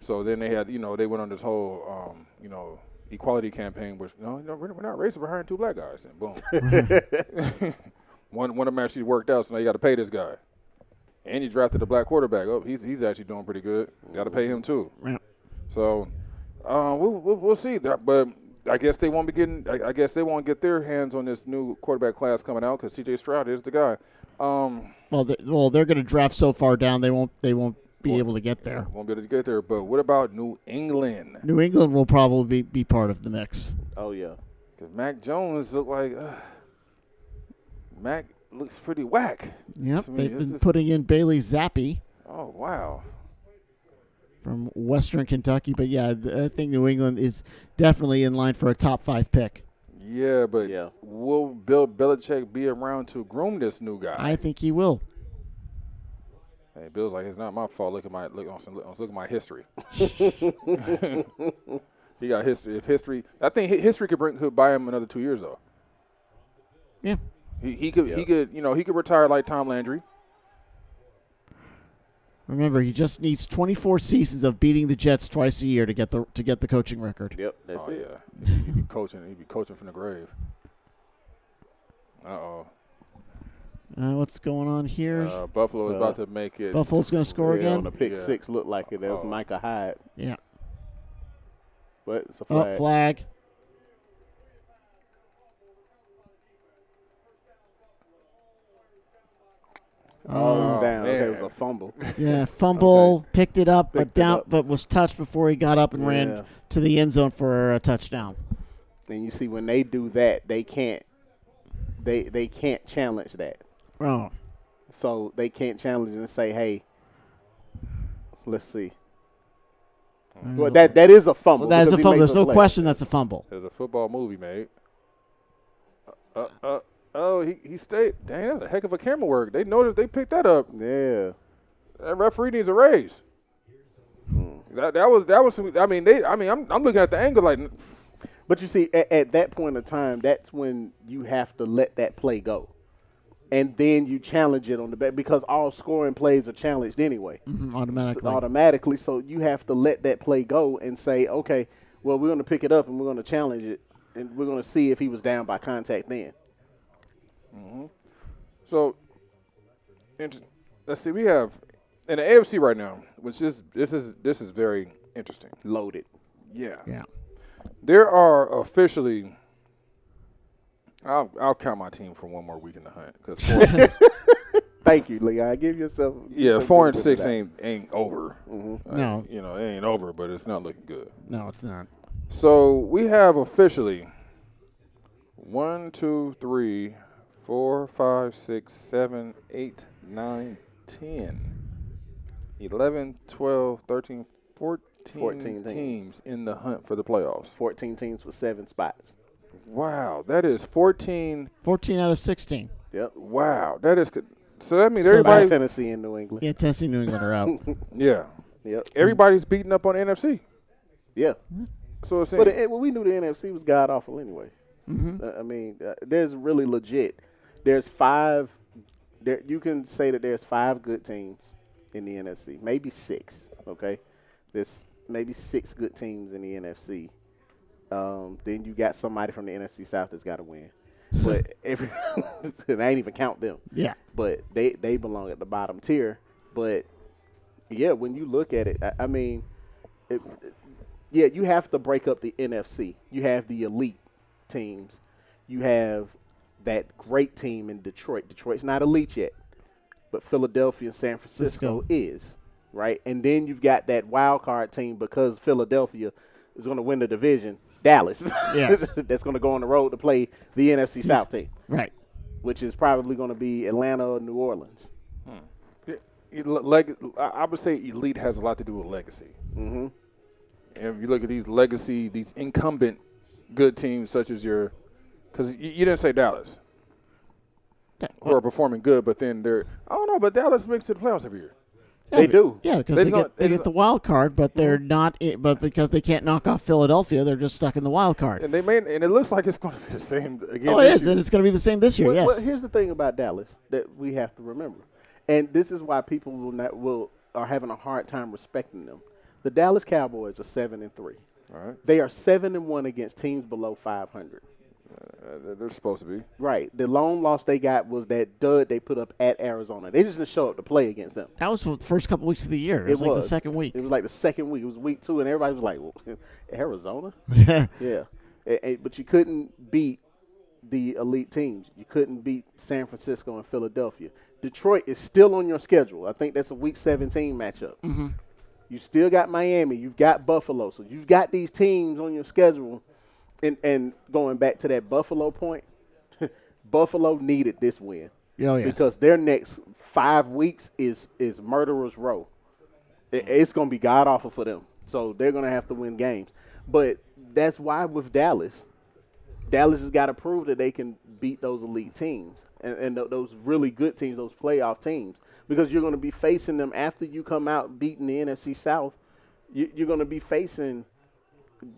C: So then they had you know they went on this whole um, you know equality campaign, which no, no we're, we're not racist. We're hiring two black guys, and boom, one one of them actually worked out. So now you got to pay this guy. And you drafted a black quarterback. Oh, he's he's actually doing pretty good. Got to pay him too.
A: Yeah.
C: So uh, we'll, we'll we'll see. That- But I guess they won't be getting. I, I guess they won't get their hands on this new quarterback class coming out because C.J. Stroud is the guy. Um,
A: Well, they, well, they're going to draft so far down they won't they won't be able to get there.
C: won't be able to get there. But what about New England?
A: New England will probably be, be part of the mix.
B: Oh yeah.
C: Because Mac Jones look like uh, Mac looks pretty whack.
A: Yep,
C: To me,
A: they've
C: this
A: been
C: is-
A: putting in Bailey Zappi
C: Oh wow.
A: from Western Kentucky, but yeah, th- I think New England is definitely in line for a top five pick.
C: Yeah, but
B: Yeah.
C: will Bill Belichick be around to groom this new guy?
A: I think he will.
C: Hey, Bill's like, it's not my fault. Look at my look on some- look at my history. he got history. If history, I think hi- history could bring could buy him another two years though.
A: Yeah,
C: He, he could he
B: Yeah.
C: could you know he could retire like Tom Landry.
A: remember he just needs 24 seasons of beating the Jets twice a year to get the to get the coaching record.
B: Yep. That's
C: oh
B: it.
C: yeah, he'd be coaching. He'd be coaching from the grave. Uh oh.
A: Uh, what's going on here?
C: Uh, Buffalo is
B: Uh,
C: about to make it.
A: Buffalo's going to score
B: Yeah, on
A: again.
B: the pick
C: Yeah.
B: six looked like it. That was
C: Oh.
B: Micah Hyde,
A: yeah.
B: but it's a
A: Oh,
B: flag.
A: flag.
B: Oh, it was
C: Oh,
B: down. Okay, it was
C: man.
B: a fumble.
A: Yeah, fumble, picked it up, but
B: Picked it
A: down,
B: up.
A: but was touched before he got up and
B: Yeah.
A: ran to the end zone for a touchdown.
B: and you see, when they do that, they can't. They they can't challenge that.
A: Oh,
B: So they can't challenge and say, "Hey, let's see." Well, that that is a fumble.
A: Mm. that is a
B: because he
A: fumble.
B: makes
A: There's no
B: play.
A: question that's a fumble.
C: There's a football movie made. Uh, uh, uh, oh, he, he stayed. Dang, that's a heck of a camera work. They noticed they picked that up.
B: Yeah.
C: That referee needs a raise. That, that was that was. I mean, they. I mean, I'm, I'm looking at the angle like,
B: But you see, at, at that point in time, that's when you have to let that play go, and then you challenge it on the back because all scoring plays are challenged anyway,
A: Mm-hmm. Automatically.
B: automatically. So you have to let that play go and say, okay, well, we're going to pick it up and we're going to challenge it, and we're going to see if he was down by contact then.
C: So, int- let's see. We have in the AFC right now, which is this is this is very interesting.
B: Loaded.
C: Yeah,
A: yeah.
C: there are officially. I'll I'll count my team for one more week in the hunt because four, and six-
B: Thank you, Leon. Give yourself.
C: yeah,
B: yourself
C: four and
B: a
C: six
B: good
C: ain't ain't over. Uh,
A: No.
C: you know it ain't over, but it's not looking good.
A: No, it's not.
C: So we have officially one, two, three, four, five, six, seven, eight, nine, ten, eleven, twelve, thirteen, fourteen
B: 14 teams.
C: teams in the hunt for the playoffs.
B: Fourteen teams with seven spots.
C: Wow, that is 14.
A: 14 out of 16.
B: Yep.
C: Wow, that is good. So that means
A: So
B: By
C: everybody,
B: Tennessee and New England.
A: Yeah, Tennessee, New England are out.
C: yeah,
B: Yep.
C: everybody's beating up on the NFC.
B: Yeah.
C: So it's
B: But it, well, we knew the NFC was god awful anyway. Uh, I mean, uh, there's really legit. There's five. There, you can say that there's five good teams in the NFC, maybe six. Okay, there's maybe six good teams in the NFC. Um, then you got somebody from the NFC South that's got to win. But every, and I ain't even count them.
A: Yeah.
B: But they they belong at the bottom tier. But yeah, when you look at it, I, I mean, it, yeah, you have to break up the NFC. You have the elite teams. You have that great team in Detroit. Detroit's not elite yet, but Philadelphia and San Francisco
A: Francisco.
B: is, right? And then you've got that wild card team because Philadelphia is going to win the division. Dallas,
A: Yes.
B: that's going to go on the road to play the NFC South team,
A: Right.
B: which is probably going to be Atlanta or New Orleans.
C: Yeah, le- leg- I I would say elite has a lot to do with legacy. Mm-hmm. And if you look at these legacy, these incumbent good teams such as your, because you, you didn't say Dallas, who are performing good, but then they're I don't know, but Dallas makes it to the playoffs every year.
A: Yeah,
B: They
A: but-
B: do.
A: Yeah, because
C: They
A: they,
C: don't-
A: get, they
C: they
A: get the wild card, but they're not. i- But because they can't knock off Philadelphia, they're just stuck in the wild card.
C: And they may, and it looks like it's going to be the same again.
A: Oh, it
C: this
A: is,
C: year.
A: and it's going to be the same this year.
B: Well, well,
A: Yes.
B: here's the thing about Dallas that we have to remember, and this is why people will not will are having a hard time respecting them. The Dallas Cowboys are seven and three.
C: All right,
B: They are seven and one against teams below 500.
C: Uh, they're- they're supposed to be.
B: Right. The lone loss they got was that dud they put up at Arizona. They just didn't show up to play against them.
A: That was the first couple weeks of the year. It, was, like the second week.
B: It was like the second week. It was week two, and everybody was like, well, Arizona? yeah. And- and- but you couldn't beat the elite teams. You couldn't beat San Francisco and Philadelphia. Detroit is still on your schedule. I think that's a week 17 matchup.
A: Mm-hmm.
B: You still got Miami. You've got Buffalo. So you've got these teams on your schedule. And, and going back to that Buffalo point, Buffalo needed this win.
A: Oh, yes.
B: Because their next five weeks is is murderer's row. I- It's going to be god awful for them. So they're going to have to win games. But that's why with Dallas, Dallas has got to prove that they can beat those elite teams and, and th- those really good teams, those playoff teams, because you're going to be facing them after you come out beating the NFC South. You, you're going to be facing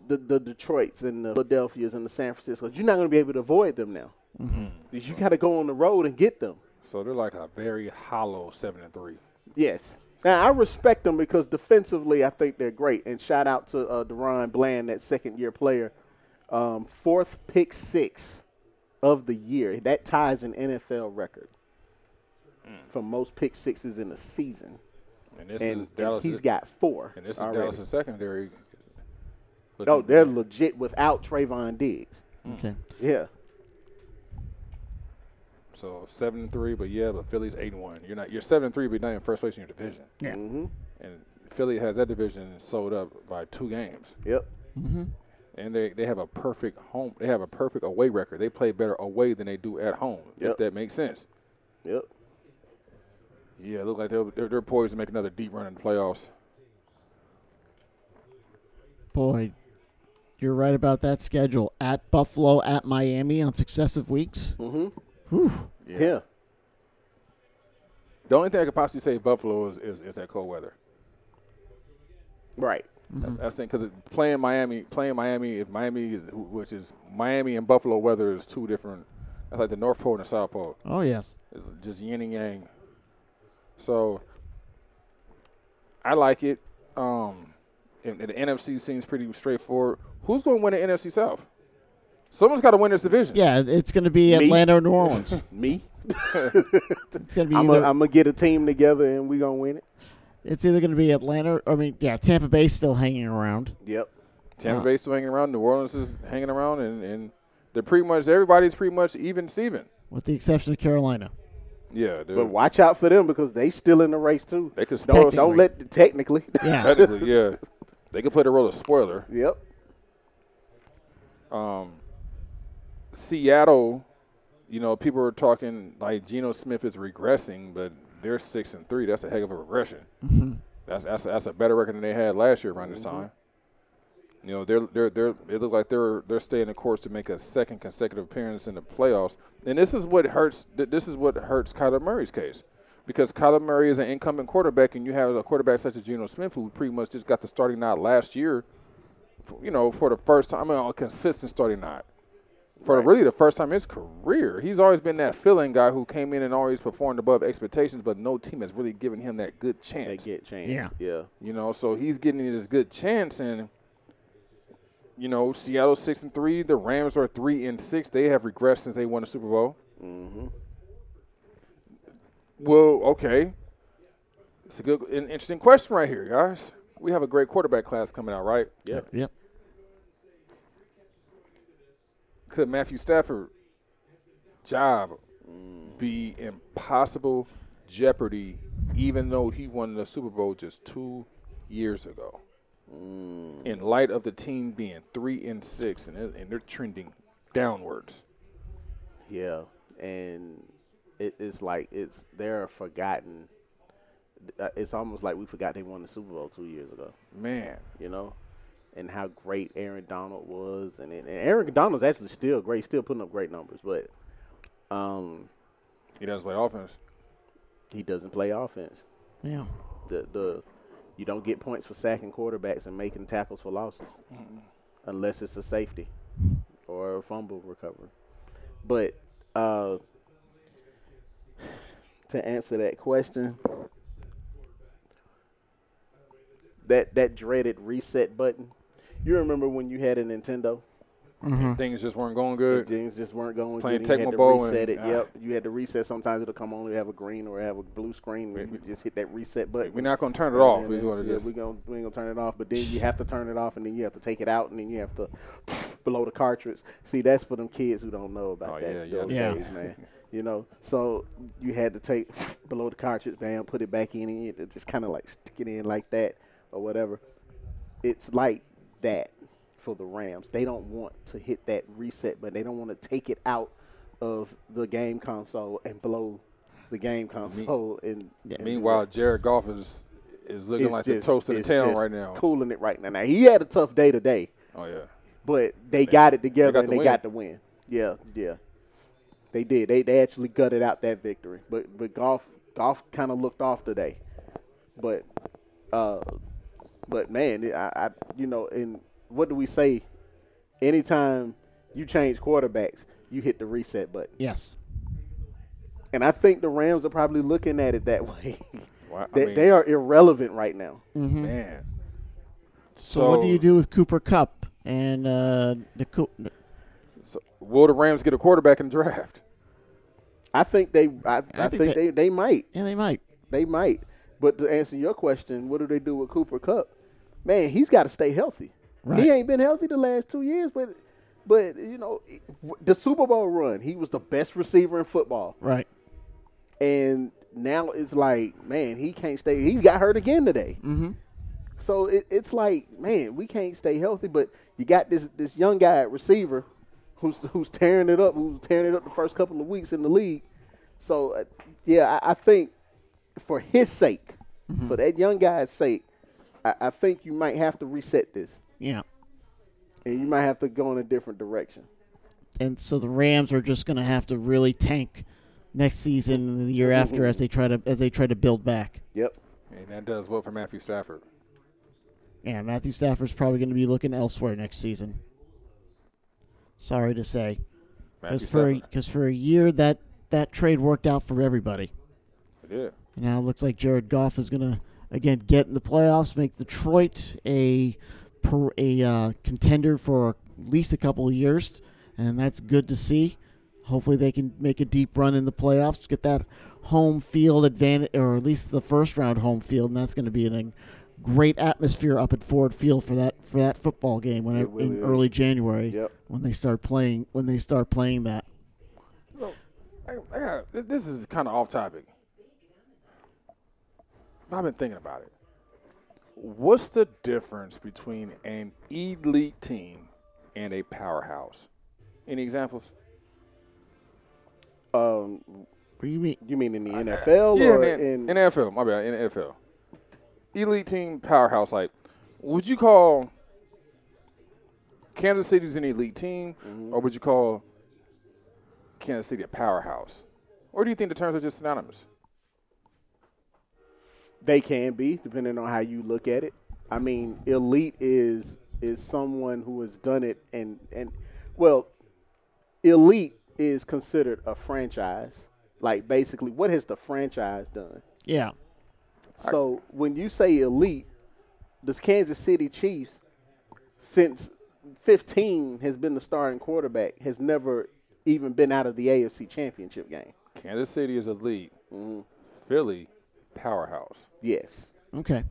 B: the, the Detroits and the Philadelphias and the San Franciscos. You're not going to be able to avoid them now. You got to go on the road and get them.
C: So they're like a very hollow seven and three.
B: Yes. Now I respect them because defensively I think they're great. And shout out to uh, Deron Bland, that second year player, um, fourth pick six of the year. That ties an NFL record for most pick sixes in a season,
C: And Hmm. this
B: and,
C: is
B: and
C: Dallas.
B: he's got four.
C: and this is
B: already.
C: Dallas' secondary.
B: No,
C: Looking-
B: they're legit without Trayvon Diggs.
A: okay.
B: Yeah.
C: So seven and three, but yeah, but Philly's eight and one. You're not. You're seven and three, but not in first place in your division.
A: Yeah.
B: Mm. Mm-hmm.
C: And Philly has that division sold up by two games,
B: Yep.
C: and they, they have a perfect home. They have a perfect away record. They play better away than they do at home. If
B: Yep.
C: that makes sense.
B: Yep.
C: Yeah, it look like they're, they're they're poised to make another deep run in the playoffs.
A: Boy, you're right about that schedule at Buffalo, at Miami on successive weeks.
B: Yeah.
C: The only thing I could possibly say Buffalo is is, is that cold weather.
B: Right.
C: That's the because playing Miami, playing Miami, if Miami is which is Miami and Buffalo weather is two different. That's like the North Pole and the South Pole.
A: Oh yes,
C: It's just yin and yang. So I like it. Um, and, and the NFC seems pretty straightforward. Who's going to win the NFC South? Someone's got to win this division.
A: yeah. It's going to be Atlanta or New Orleans.
B: Me.
A: It's going to be
B: I'm
A: either,
B: gonna get a team together and we gonna win it.
A: it's either going to be Atlanta. I mean, yeah, Tampa Bay's still hanging around.
B: Yep.
C: Tampa
A: Uh.
C: Bay's still hanging around. New Orleans is hanging around, and, and they're pretty much everybody's pretty much even Steven.
A: with the exception of Carolina.
C: Yeah, dude.
B: But watch out for them because they still in the race too.
C: they could spoil
B: Don't don't let the, technically.
A: Yeah,
C: technically, yeah. They could play the role of spoiler.
B: yep.
C: Um, Seattle, you know, people are talking like Geno Smith is regressing, but they're six and three. That's a heck of a regression. That's that's that's a better record than they had last year around this time. You know, they're they're they're it looks like they're they're staying the course to make a second consecutive appearance in the playoffs. And this is what hurts. th- This is what hurts Kyler Murray's case. Because Kyler Murray is an incumbent quarterback, and you have a quarterback such as Geno Smith, who pretty much just got the starting nod last year, you know, for the first time, I mean, on a consistent starting night. For really the first time in his career, he's always been that filling guy who came in and always performed above expectations, but no team has really given him that good
B: They
C: chance.
B: get changed.
A: Yeah.
B: Yeah.
C: You know, so he's getting his good chance, and you know, Seattle six and three, the Rams are three and six. They have regressed since they won the Super Bowl. Mm-hmm. Well, okay, it's a good, an interesting question right here, guys. We have a great quarterback class coming out, right?
B: Yeah.
A: yep.
C: could Matthew Stafford job be impossible jeopardy even though he won the Super Bowl just two years ago? In light of the team being three and six and they're, and they're trending downwards.
B: Yeah. And it, it's like it's they're forgotten. Uh, It's almost like we forgot they won the Super Bowl two years ago.
C: Man.
B: you know, and how great Aaron Donald was, and, and Aaron Donald's actually still great, still putting up great numbers, but um,
C: He doesn't play offense.
B: he doesn't play offense.
A: Yeah.
B: The the you don't get points for sacking quarterbacks and making tackles for losses, unless it's a safety or a fumble recovery. But uh, to answer that question. That, that dreaded reset button. You remember when you had a Nintendo? Mm-hmm.
C: Things just weren't going
B: If
C: good.
B: things just weren't going
C: Playing
B: good. and You had
C: Tecmo
B: to
C: Bowl
B: reset
C: and- Ah.
B: it. Yep, you had to reset. Sometimes it'll come on. You have a green or have a blue screen. And you just hit that reset button.
C: We're not going to turn it off.
B: And
C: We're
B: then-
C: going to
B: yeah,
C: just.
B: we gonna we ain't gonna turn it off. But then you have to turn it off, and then you have to take it out, and then you have to blow the cartridge. See, that's for them kids who don't know about
C: Oh,
B: that.
C: yeah, yeah.
B: those
A: Yeah.
B: days, man. You know, so you had to take blow the cartridge, bam, put it back in, and you had to just kind of like stick it in like that or whatever. It's like that for the Rams. They don't want to hit that reset, but they don't want to take it out of the game console and blow the game console. and, and
C: Meanwhile, Jared Goff is, is looking
B: it's
C: like
B: just-
C: the toast of the
B: it's
C: town
B: just
C: right now.
B: Cooling it right now. Now he had a tough day today,
C: Oh, yeah.
B: but they got it together
C: got
B: and
C: the
B: they
C: win.
B: got the win. Yeah, yeah. They did. They they actually gutted out that victory. But but golf golf kind of looked off today. But uh, but man, I, I you know, and what do we say? Anytime you change quarterbacks, you hit the reset button.
A: Yes.
B: And I think the Rams are probably looking at it that way.
C: Wow, I
B: they,
C: mean,
B: they are irrelevant right now.
C: Man.
A: Mm-hmm. So, what do you do with Cooper Cup and uh, the Coo-
C: So will the Rams get a quarterback in the draft?
B: I think they. I, I,
A: think
B: think,
A: they-
B: they, they. might.
A: Yeah, they might.
B: They might. But to answer your question, what do they do with Cooper Cup? Man, he's got to stay healthy.
A: Right.
B: He ain't been healthy the last two years, but but you know the Super Bowl run, he was the best receiver in football,
A: Right.
B: and now it's like man, he can't stay. He got hurt again today. Mm-hmm. So it, it's like man, we can't stay healthy. But you got this this young guy at receiver, who's who's tearing it up, who's tearing it up the first couple of weeks in the league. So uh, yeah, I, I think for his sake, for that young guy's sake, I, I think you might have to reset this.
A: Yeah.
B: and you might have to go in a different direction.
A: and so the Rams are just going to have to really tank next season and the year after as they try to as they try to build back.
B: Yep.
C: And that does well for Matthew Stafford.
A: Yeah, Matthew Stafford's probably going to be looking elsewhere next season. Sorry to say,
C: Matthew
A: because for
C: Stafford.
A: because for a year that that trade worked out for everybody.
C: It did.
A: And now it looks like Jared Goff is going to again get in the playoffs, make Detroit a per- a uh, contender for at least a couple of years, and that's good to see. Hopefully, they can make a deep run in the playoffs, get that home field advantage, or at least the first round home field, and that's going to be a great atmosphere up at Ford Field for that for that football game when
B: It really
A: in
B: is.
A: early January
B: Yep.
A: when they start playing when they start playing that.
C: Look, I, I got, th- this is kind of off topic. I've been thinking about it. What's the difference between an elite team and a powerhouse? Any examples?
B: Um,
A: What do you mean?
B: you mean in the NFL
C: yeah,
B: or
C: in,
B: in,
C: in NFL. My bad, in NFL. Elite team, powerhouse. Like, would you call Kansas City's an elite team, or would you call Kansas City a powerhouse? Or do you think the terms are just synonymous?
B: they can be depending on how you look at it. I mean, elite is is someone who has done it and and well, elite is considered a franchise. Like basically, what has the franchise done?
A: Yeah,
B: So when you say elite, does Kansas City Chiefs since 15 has been the starting quarterback has never even been out of the AFC Championship game?
C: Kansas City is elite. Philly, powerhouse.
B: Yes.
A: okay.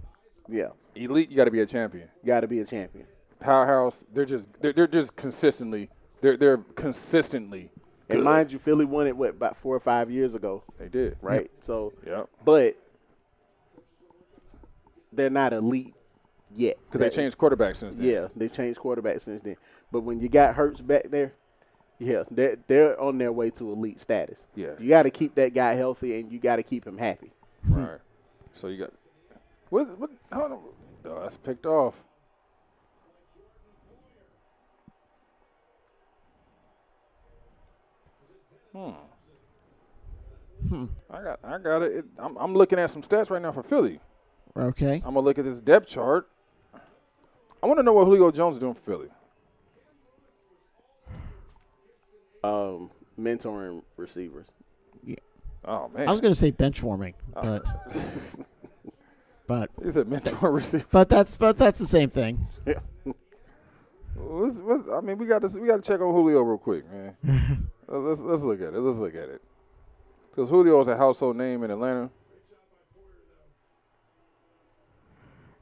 B: Yeah.
C: Elite, you got to be a champion.
B: Got to be a champion.
C: Powerhouse, they're just they're, they're just consistently they're they're consistently.
B: And
C: good.
B: mind you, Philly won it what about four or five years ago,
C: they did
B: right? So,
C: Yep.
B: but they're not elite yet
C: because they changed quarterbacks since then.
B: Yeah, they changed quarterbacks since then. But when you got Hurts back there, yeah, they're they're on their way to elite status.
C: Yeah.
B: you got to keep that guy healthy and you got to keep him happy.
C: Right. So you got what? What? Hold on. Oh, that's picked off. Hmm. I got. I got it. it I'm, I'm looking at some stats right now for Philly.
A: Okay.
C: I'm gonna look at this depth chart. I want to know what Julio Jones is doing for Philly.
B: Um, mentoring receivers.
C: Oh man,
A: I was going to say bench warming, but but
C: he's a mentor receiver.
A: but that's but that's the same thing.
C: What's, what's, I mean, we got to we got to check on Julio real quick, man. let's, let's let's look at it. Let's look at it. Because Julio is a household name in Atlanta.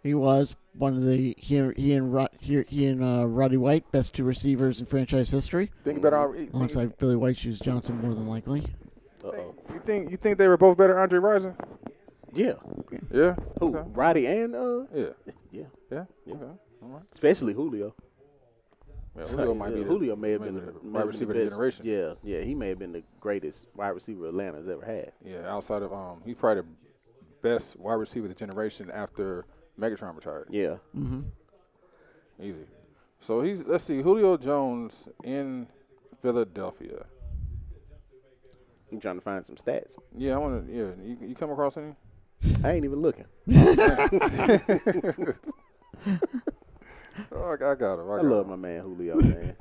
A: He was one of the he he and Ro- he, he and uh, Roddy White best two receivers in franchise history,
C: Think about
B: Mm-hmm.
C: our, you, think,
A: alongside Billy White Shoes Johnson more than likely.
C: you think you think they were both better, Andre Rising?
B: Yeah,
C: Yeah.
B: who
C: Okay.
B: Roddy and uh,
C: Yeah.
B: yeah,
C: Yeah. Okay. All right.
B: especially Julio.
C: Yeah, Julio might
B: Yeah,
C: be the-
B: Julio may have
C: might
B: been the
C: be the
B: may have
C: wide
B: been
C: receiver of
B: the
C: the
B: best.
C: generation. Yeah.
B: Yeah, yeah, he may have been the greatest wide receiver Atlanta's ever had.
C: Outside of um, he's probably the best wide receiver of the generation after Megatron retired.
B: Yeah,
C: Easy. So he's let's see, Julio Jones in Philadelphia.
B: I'm trying to find some stats.
C: Yeah, I want to. Yeah, you, you come across any?
B: I ain't even looking.
C: Oh, I got, I got him. I,
B: I
C: got
B: love
C: him.
B: my man Julio, man.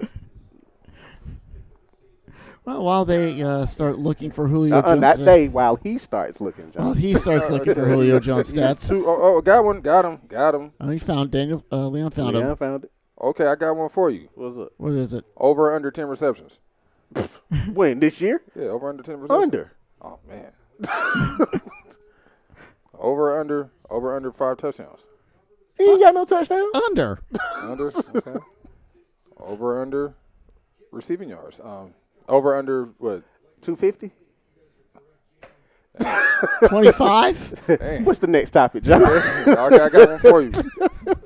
A: Well, while they uh, start looking for Julio
B: uh,
A: Jones,
B: not
A: stats-
B: they. Uh-uh, While he starts looking,
A: While
B: John.
A: he starts looking for Julio Jones stats,
C: Two, oh, oh, got one. Got him. Got him.
A: oh, he found Daniel uh, Leon found
B: yeah, I
A: him.
B: found it.
C: Okay, I got one for you.
B: What's up?
A: What is it?
C: Over or under 10 receptions.
B: When this year?
C: Yeah, over under 10 receptions.
B: Under.
C: Oh, man. over or under. Over under five touchdowns.
B: He ain't got no touchdown.
A: Under.
C: Under. Okay. over under receiving yards. Um, over under what?
B: Two fifty.
A: 25?
C: Damn.
B: What's the next topic, John?
C: okay, I got one for you.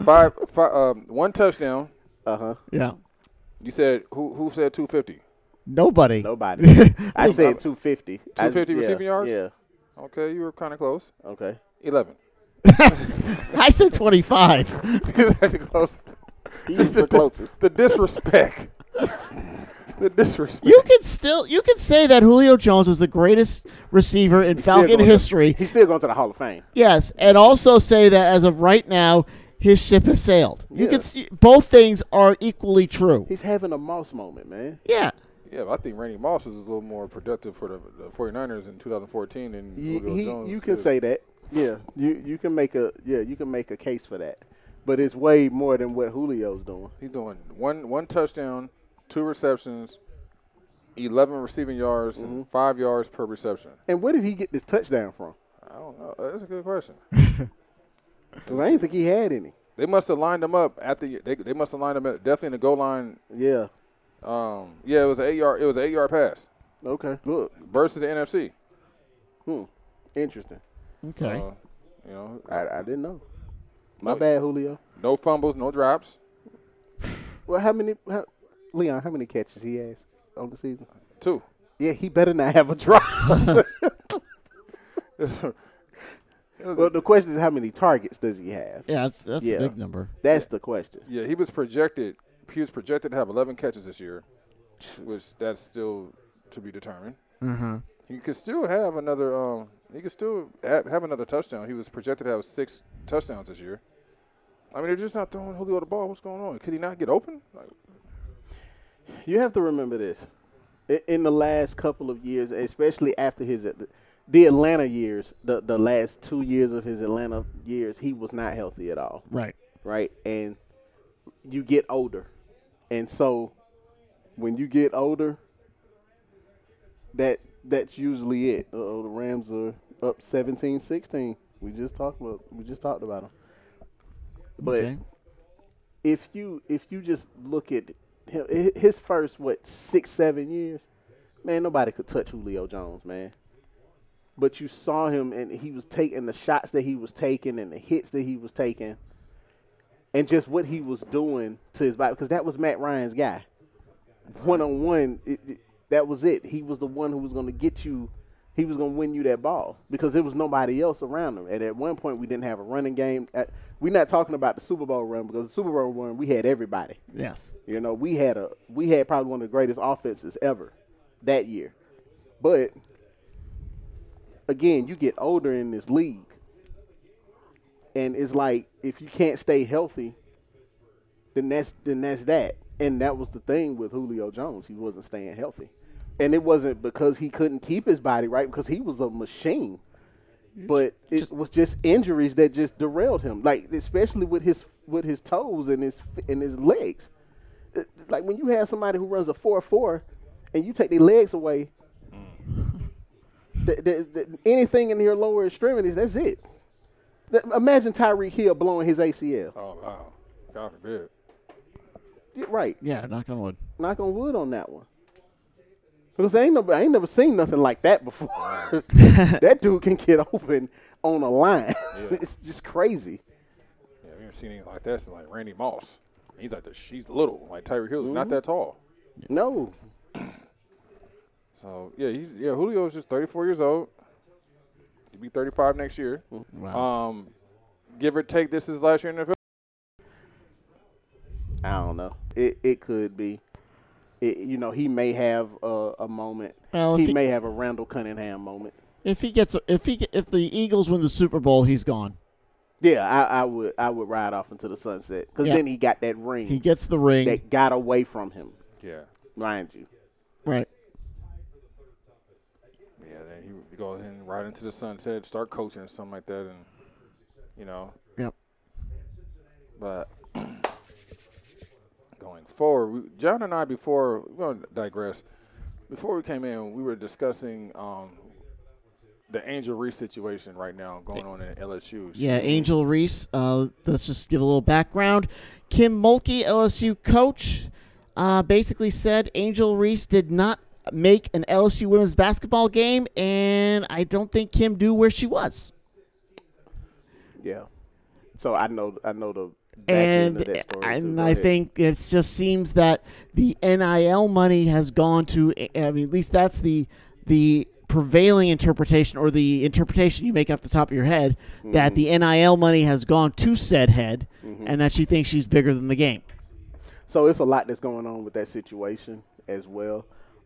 C: Five, five, um, one touchdown.
B: uh huh.
A: yeah.
C: You said who? Who said 250?
A: Nobody.
B: Nobody. I said two fifty.
C: 250 receiving yards?
B: Yeah.
C: Okay, you were kind of close.
B: Okay.
C: 11.
A: I said 25.
C: That's close.
B: He's the closest.
C: The disrespect. the disrespect.
A: You can still you can say that Julio Jones was the greatest receiver in Falcon
B: going to-
A: history.
B: He's still going to the Hall of Fame.
A: Yes, and also say that as of right now, his ship has sailed. You
B: Yeah.
A: can see both things are equally true.
B: He's having a mouse moment, man.
A: yeah.
C: Yeah, but I think Randy Moss was a little more productive for the, the 49ers in 2014 than
B: He,
C: Julio
B: he-
C: Jones.
B: you can
C: is.
B: say that. Yeah, you you can make a yeah you can make a case for that, but it's way more than what Julio's doing.
C: he's doing one one touchdown, two receptions, 11 receiving yards,
B: Mm-hmm.
C: and five yards per reception.
B: And where did he get this touchdown from?
C: I don't know. That's a good question.
B: 'Cause I didn't think he had any.
C: They must have lined him up at the. They, they must have lined him up definitely in the goal line.
B: Yeah.
C: Um, yeah, it was an eight yard. It was an eight yard pass
B: Okay. Look.
C: versus the NFC.
B: Hmm. Interesting.
A: Okay.
C: Uh, you know,
B: I, I didn't know. My
C: No.
B: bad, Julio.
C: no fumbles, no drops.
B: Well, how many? How, Leon, how many catches he has on the season?
C: Two.
B: Yeah, he better not have a drop. well, the question is, how many targets does he have?
A: yeah, that's, that's
B: yeah.
A: a big number.
B: That's the question.
C: Yeah, he was projected. He was projected to have 11 catches this year, which that's still to be determined.
A: Uh-huh.
C: He could still have another. Um, he could still have, have another touchdown. He was projected to have six touchdowns this year. I mean, they're just not throwing Julio the ball. What's going on? Could he not get open? Like,
B: You have to remember this. I- In the last couple of years, especially after his the Atlanta years, the the last two years of his Atlanta years, he was not healthy at all.
A: Right.
B: right? And you get older. And so when you get older, that that's usually it. Uh-oh, the Rams are up 17-16. We just talked about we just talked about them. But
A: Okay.
B: if you if you just look at him, hi- his first what 6 7 years, man, nobody could touch Julio Jones, man. But you saw him and he was taking the shots that he was taking and the hits that he was taking and just what he was doing to his body because that was Matt Ryan's guy. One on one, that was it. He was the one who was going to get you. He was going to win you that ball because there was nobody else around him. And at one point, we didn't have a running game. At, we're not talking about the Super Bowl run because the Super Bowl run we had everybody.
A: Yes.
B: You know, we had a we had probably one of the greatest offenses ever that year. But again, you get older in this league. And it's like if you can't stay healthy, then that's then that's that. And that was the thing with Julio Jones. He wasn't staying healthy. And it wasn't because he couldn't keep his body right, because he was a machine. But it was just injuries that just derailed him. Like especially with his with his toes and his and his legs it- like when you have somebody who runs a four four, and you take their legs away, th- th- th- anything in your lower extremities, that's it. Th- imagine Tyreek Hill blowing his ACL.
C: oh wow, God forbid.
B: Yeah, Right,
A: Yeah, knock on wood.
B: knock on wood on that one. Because I ain't never, I ain't never seen nothing like that before. that dude can get open on a line. it's just crazy.
C: Yeah, we haven't seen anything like that since like Randy Moss. He's like the she's little. Like Tyreek Hill's not that tall.
B: No,
C: So yeah, he's yeah Julio's just 34 years old. He'll be 35 next year.
B: Uh,
A: Wow.
C: Um, give or take, this is last year in the NFL.
B: I don't know. It it could be. It, you know, he may have a, a moment.
A: Well, if
B: he
A: he-
B: may have a Randall Cunningham moment.
A: if he gets if he get- if the Eagles win the Super Bowl, he's gone.
B: Yeah, I, I would I would ride off into the sunset because
A: Yeah.
B: then he got that ring
A: He gets the ring.
B: that got away from him,
C: Yeah,
B: mind you.
A: right.
C: yeah. Then he would go ahead and ride into the sunset, start coaching or something like that, and you know.
A: Yep.
C: But going forward, we, John and I before we're gonna digress. Before we came in, we were discussing um, the Angel Reese situation right now going on in LSU.
A: Yeah, Angel Reese. Uh, let's just give a little background. Kim Mulkey, LSU coach, uh, basically said Angel Reese did not make an LSU women's basketball game, and I don't think Kim knew where she was.
B: Yeah. So I know I know the back end
A: and
B: of that story. too.
A: and
B: Go
A: I
B: ahead.
A: think it just seems that the NIL money has gone to. I mean, at least that's the the prevailing interpretation or the interpretation you make off the top of your head
B: Mm-hmm.
A: that the NIL money has gone to said head, and that she thinks she's bigger than the game.
B: So it's a lot that's going on with that situation as well.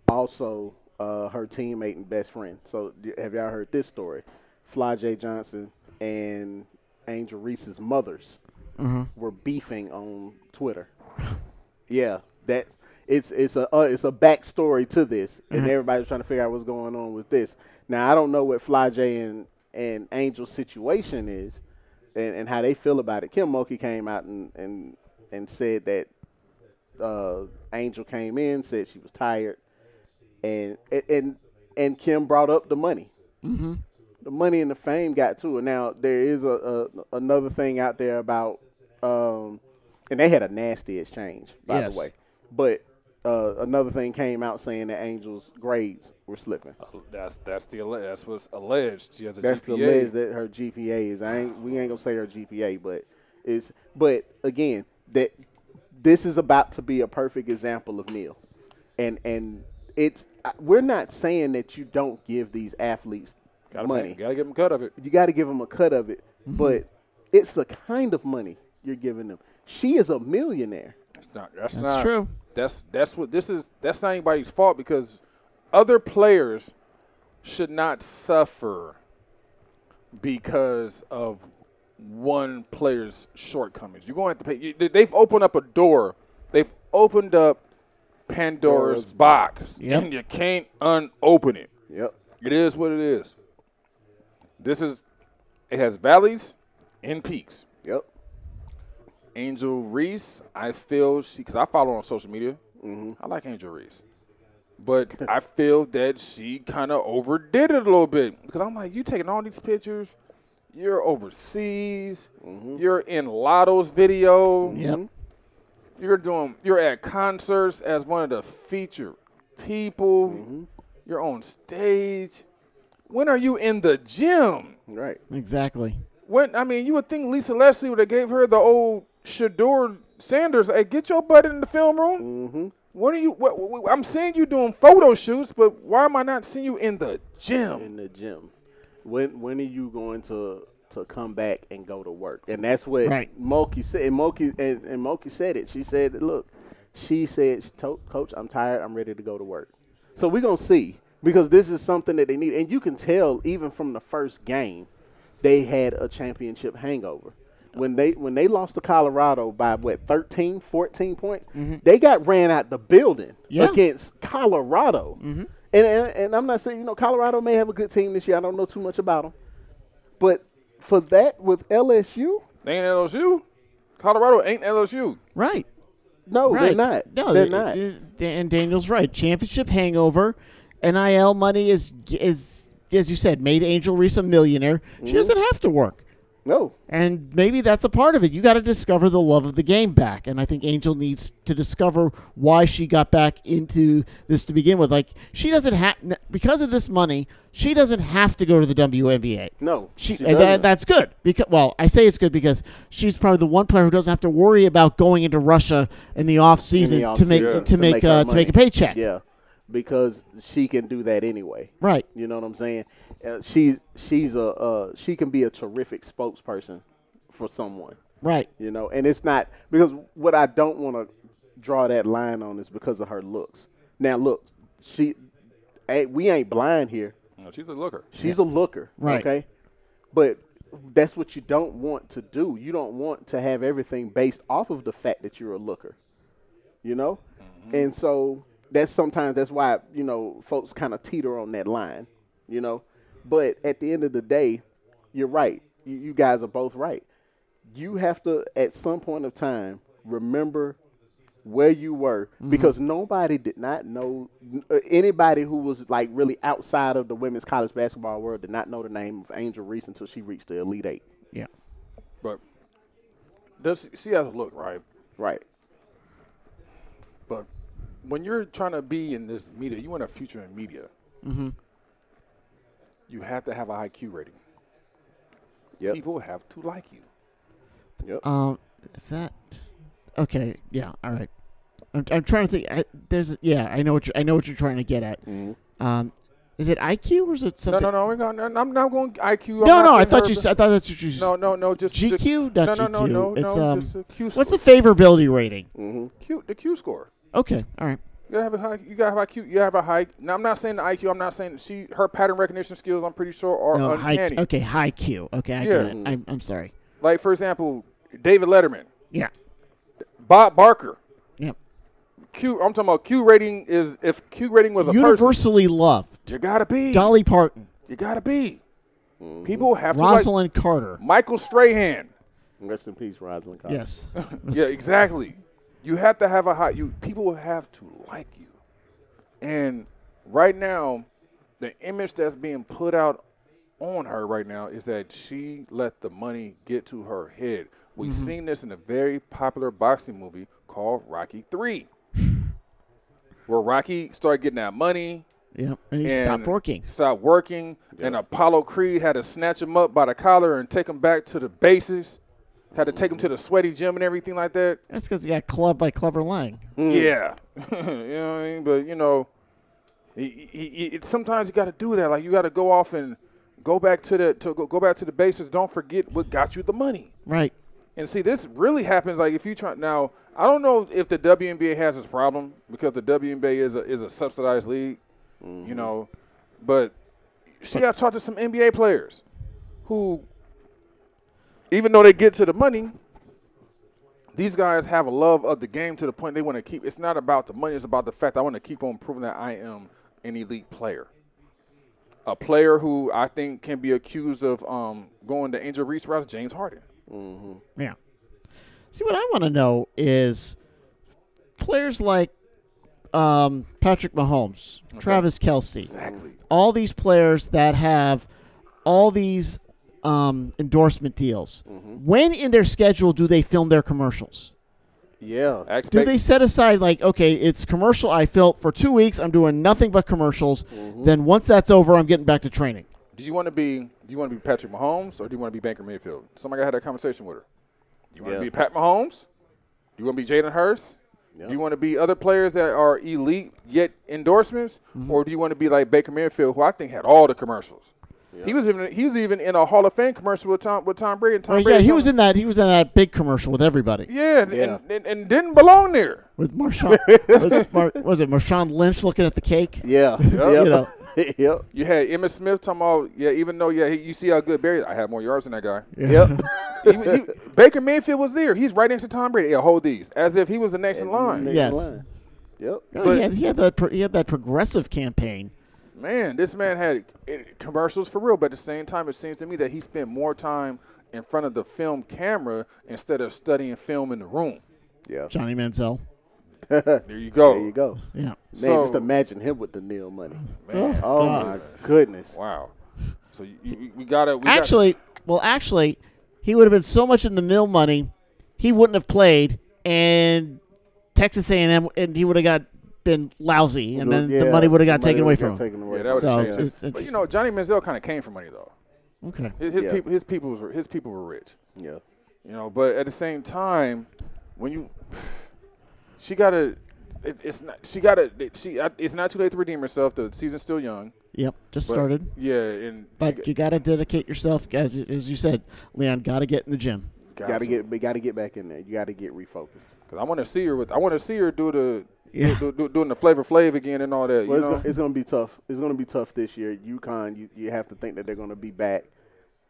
B: Also, uh, her teammate and best friend. So d- have y'all heard this story? Fly J Johnson and Angel Reese's mothers were beefing on Twitter. Yeah, that's it's it's a uh, it's a backstory to this, and everybody's trying to figure out what's going on with this. Now I don't know what Fly J and and Angel's situation is, and, and how they feel about it. Kim Mulkey came out and and and said that uh, Angel came in, said she was tired, and and- and and Kim brought up the money. The money and the fame got to her. Now there is a, a another thing out there about, um, and they had a nasty exchange by
A: Yes.
B: the way. But uh, another thing came out saying that Angel's grades were slipping.
C: That's that's the alle- that's what's alleged. She has a
B: That's
C: GPA.
B: the list that her GPA is. I ain't we ain't gonna say her GPA, but it's but again that this is about to be a perfect example of Neil, and and it's I- we're not saying that you don't give these athletes
C: gotta
B: money.
C: Pay, gotta get them cut of it.
B: You got to give them a cut of it, but it's the kind of money you're giving them. She is a millionaire.
C: It's not, that's,
A: That's
C: not,
A: true.
C: That's that's what this is. That's not anybody's fault because other players should not suffer because of one player's shortcomings. You're going to have to pay. you- they- They've opened up a door. They've opened up Pandora's box,
A: Yep.
C: and you can't unopen it.
B: Yep.
C: It is what it is. This is. It has valleys and peaks.
B: Yep.
C: Angel Reese, I feel she because I follow her on social media. I like Angel Reese, but I feel that she kind of overdid it a little bit because I'm like, you taking all these pictures, you're overseas, you're in Lotto's video,
A: Yep.
B: Mm-hmm.
C: you're doing, you're at concerts as one of the featured people, you're on stage. When are you in the gym?
B: Right.
A: Exactly.
C: When I mean, you would think Lisa Leslie would have gave her the old Shador Sanders. Hey, get your butt in the film room. Mm-hmm. What are you? What, what- I'm seeing you doing photo shoots, but why am I not seeing you in the gym?
B: in the gym. When when are you going to to come back and go to work? And that's what
A: Right.
B: Mulkey said. And Mulkey and, and Mulkey said it. She said, "Look, she said, she told Coach, I'm tired. I'm ready to go to work." So we're gonna see because this is something that they need, and you can tell even from the first game, they had a championship hangover. When they when they lost to Colorado by what 13, 14 points, they got ran out the building
A: Yeah.
B: against Colorado. And, and and I'm not saying you know Colorado may have a good team this year. I don't know too much about them, but for that with LSU,
C: They ain't LSU. Colorado ain't LSU.
A: Right.
B: no, they're
A: right.
B: not.
A: No,
B: they're
A: it-
B: not.
A: it- and Daniel's right. Championship hangover. NIL money is is as you said made Angel Reese a millionaire.
B: Mm-hmm.
A: She doesn't have to work.
B: no,
A: And maybe that's a part of it. You got to discover the love of the game back. And I think Angel needs to discover why she got back into this to begin with. Like, she doesn't have, because of this money, she doesn't have to go to the WNBA.
B: No,
A: She,
B: she
A: and that,
B: doesn't.
A: that's good. Because, well, I say it's good because she's probably the one player who doesn't have to worry about going into Russia in the off season
B: off
A: to make,
B: season
A: to make,
B: her
A: uh, to make a
B: money.
A: paycheck.
B: Yeah, because she can do that anyway.
A: Right.
B: You know what I'm saying? Uh, she she's a uh, she can be a terrific spokesperson for someone.
A: Right.
B: You know, and it's not because what I don't want to draw that line on is because of her looks. Now look, she ain't, we ain't blind here.
C: No, she's a looker.
B: She's a looker,
A: Right.
B: okay? But that's what you don't want to do. You don't want to have everything based off of the fact that you're a looker. You know? And so that's sometimes that's why, you know, folks kind of teeter on that line, you know? But at the end of the day, you're right. You, you guys are both right. You have to at some point of time remember where you were because nobody did not know uh, anybody who was like really outside of the women's college basketball world did not know the name of Angel Reese until she reached the Elite Eight.
A: Yeah.
C: But does she has a look right?
B: Right.
C: But when you're trying to be in this media, you want a future in media.
A: Mm-hmm.
C: You have to have a IQ rating.
B: Yep.
C: People have to like you.
B: Yep.
A: Um, is that okay? Yeah. All right. I'm, I'm trying to think. I, there's yeah. I know what you're, I know what you're trying to get at. Um, Is it IQ or is it
C: No,
A: something?
C: no, no. We're going. I'm not going IQ. I'm
A: no,
C: not
A: no, I
C: saying
A: thought
C: her-
A: you. s- I thought that's what you. s-
C: No, no, no. Just
A: GQ,
C: just-
A: not
C: No, no, no,
A: GQ.
C: no.
A: It's,
C: no,
A: um,
C: just the Q
A: What's the
C: score.
A: favorability rating?
B: Mm-hmm.
C: Q, the Q score?
A: Okay, all right.
C: You gotta have a high. You gotta have IQ. You gotta have a high. Now I'm not saying the IQ. I'm not saying she. Her pattern recognition skills. I'm pretty sure are
A: No, high,
C: uncanny.
A: okay, high Q. Okay, I
C: Yeah.
A: get it. I'm, I'm sorry.
C: Like for example, David Letterman,
A: Yeah.
C: Bob Barker.
A: Yep.
C: Q. I'm talking about Q rating is if Q rating was a person,
A: Universally loved.
C: you gotta be.
A: Dolly Parton,
C: You gotta be. People have to like
A: Rosalind Carter.
C: Michael Strahan.
B: Mm-hmm. Rest in peace, Rosalind Cox.
A: Yes.
C: Yeah, exactly. You have to have a high. You people have to like you. And right now, the image that's being put out on her right now is that she let the money get to her head. We've
A: Mm-hmm.
C: seen this in a very popular boxing movie called Rocky Three, where Rocky started getting that money.
A: Yep. And he
C: and
A: stopped working.
C: Stopped working, and Apollo Creed had to snatch him up by the collar and take him back to the bases. Had to take him to the sweaty gym and everything like that.
A: That's because he got clubbed by clever lying.
C: Yeah, Mm. you know what I mean. But you know, he, he, he, it, sometimes you got to do that. Like you got to go off and go back to the to go, go back to the basics. Don't forget what got you the money.
A: Right.
C: And see, this really happens. Like if you try now, I don't know if the WNBA has this problem because the WNBA is a, is a subsidized league, you know. But she got to talk to some NBA players who, even though they get to the money, these guys have a love of the game to the point they want to keep. It's not about the money; it's about the fact I want to keep on proving that I am an elite player. A player who I think can be accused of um, going the Angel Reese route is James Harden.
A: Yeah. See, what I want to know is players like um, Patrick Mahomes, Travis Kelsey,
C: Exactly.
A: all these players that have all these um, endorsement deals. When in their schedule do they film their commercials?
B: Yeah.
C: I
A: Do
C: expect-
A: they set aside like, okay, it's commercial I felt for two weeks, I'm doing nothing but commercials. Then once that's over, I'm getting back to training.
C: do you want to be do you want to be Patrick Mahomes or do you want to be Baker Mayfield? Somebody had that conversation with her. You want
B: Yeah.
C: to be Pat Mahomes? You want to be Jalen Hurst? Do you want to be other players that are elite yet endorsements,
A: Mm-hmm.
C: or do you want to be like Baker Mayfield, who I think had all the commercials? He was even he was even in a Hall of Fame commercial with Tom with Tom Brady. And Tom
A: Well,
C: Brady
A: Oh, yeah, he
C: told
A: was
C: him-
A: in that. He was in that big commercial with everybody.
C: Yeah, and-
B: Yeah.
C: And, and, and didn't belong there.
A: with Marshawn. with Mar- was it Marshawn Lynch looking at the cake?
B: Yeah.
A: You know.
B: Yep. Yep.
C: You had Emmitt Smith talking about yeah, even though yeah, he, you see how good Barry. I had more yards than that guy.
B: Yep.
C: He was- he- Baker Mayfield was there. He's right next to Tom Brady. Yeah, hold these. As if he was the next in line.
B: Next
A: Yes.
B: line. Yep.
A: Oh, he, had, he had that. Pro- he had that progressive campaign.
C: Man, this man had eh, commercials for real, but at the same time, it seems to me that he spent more time in front of the film camera instead of studying film in the room.
B: Yeah.
A: Johnny Manziel.
C: There you go.
B: There you go.
A: Yeah.
B: Man, just
C: So-
B: imagine him with the Neil money.
C: Man,
B: Oh my goodness.
C: wow. So you, you, we gotta we
A: Actually, well, actually, he would have been so much in the mill money, he wouldn't have played, and Texas A&M, and he would have got been lousy, and then the
B: Yeah,
A: money would have
B: the
A: got
B: money
A: taken away
B: would've
A: from
B: got
A: him.
B: taken
C: gotta,
B: away
C: yeah, that would
A: So,
C: have
A: it's
C: changed. But you know, Johnny Manziel kind of came from money though.
A: Okay.
C: His, his
B: Yeah.
C: people his people was his people were rich.
B: from him.
C: You know, but at the same time, when you, she gotta, it, it's not. She gotta. She. I- It's not too late to redeem herself. The season's still young.
A: Yep. Just
C: but-
A: started.
C: Yeah, and
A: But you got to dedicate yourself, guys. As you said, Leon, got to get in the gym.
B: Yeah. Got to get, we got to get back in there. You got to get refocused.
C: Cause I want to see her with. I want to see her do the.
A: Yeah.
C: Do, do, doing the flavor Flav again and all
B: Well,
C: that. you
B: it's,
C: know?
B: gonna, it's gonna be tough. It's gonna be tough this year. UConn, you, you have to think that they're gonna be back.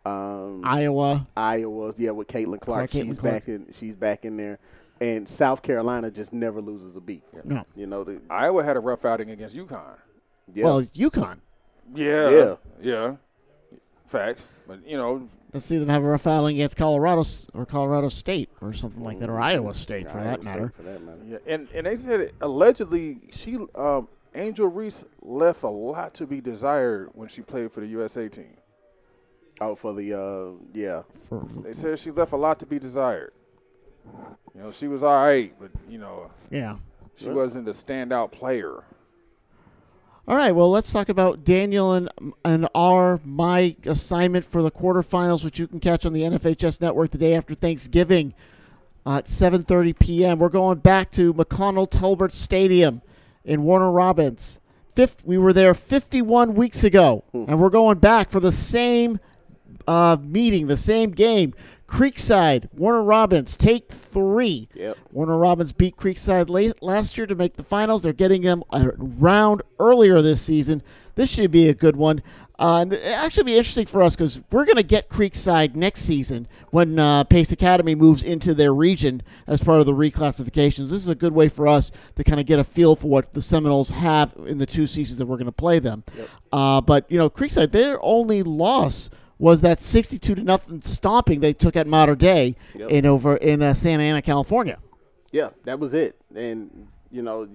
B: Um,
A: Iowa.
B: Iowa, yeah, with Caitlin Clark,
A: Clark, Caitlin
B: she's
A: Clark.
B: back in. She's back in there, and South Carolina just never loses a beat.
A: No.
B: You know, the,
C: Iowa had a rough outing against UConn.
B: yeah,
A: Well, UConn.
C: Yeah.
B: Yeah.
C: Yeah. Facts, but you know,
A: Let's see them have a rough outing against Colorado S- or Colorado State or something like that, or Iowa State for that matter.
B: for that matter.
C: yeah, and and they said it, allegedly she um, Angel Reese left a lot to be desired when she played for the USA team.
B: Out for the uh, yeah,
A: For,
C: They said she left a lot to be desired. You know, she was all right, but you know,
A: yeah.
C: she wasn't a standout player.
A: All right. Well, let's talk about Daniel and and our my assignment for the quarterfinals, which you can catch on the NFHS Network the day after Thanksgiving uh, at 7:30 p.m. We're going back to McConnell Talbert Stadium in Warner Robins fifth, we were there 51 weeks ago, and we're going back for the same uh, meeting, the same game. Creekside, Warner Robins, take three.
B: Yep.
A: Warner Robins beat Creekside late, last year to make the finals. They're getting them a round earlier this season. This should be a good one. Uh, and it actually be interesting for us because we're going to get Creekside next season when uh, Pace Academy moves into their region as part of the reclassifications. This is a good way for us to kind of get a feel for what the Seminoles have in the two seasons that we're going to play them. Uh, but, you know, Creekside, their only loss was that 62 to nothing stomping they took at Modern Day
B: Yep.
A: in over in uh, Santa Ana, California.
B: Yeah, that was it. And you know,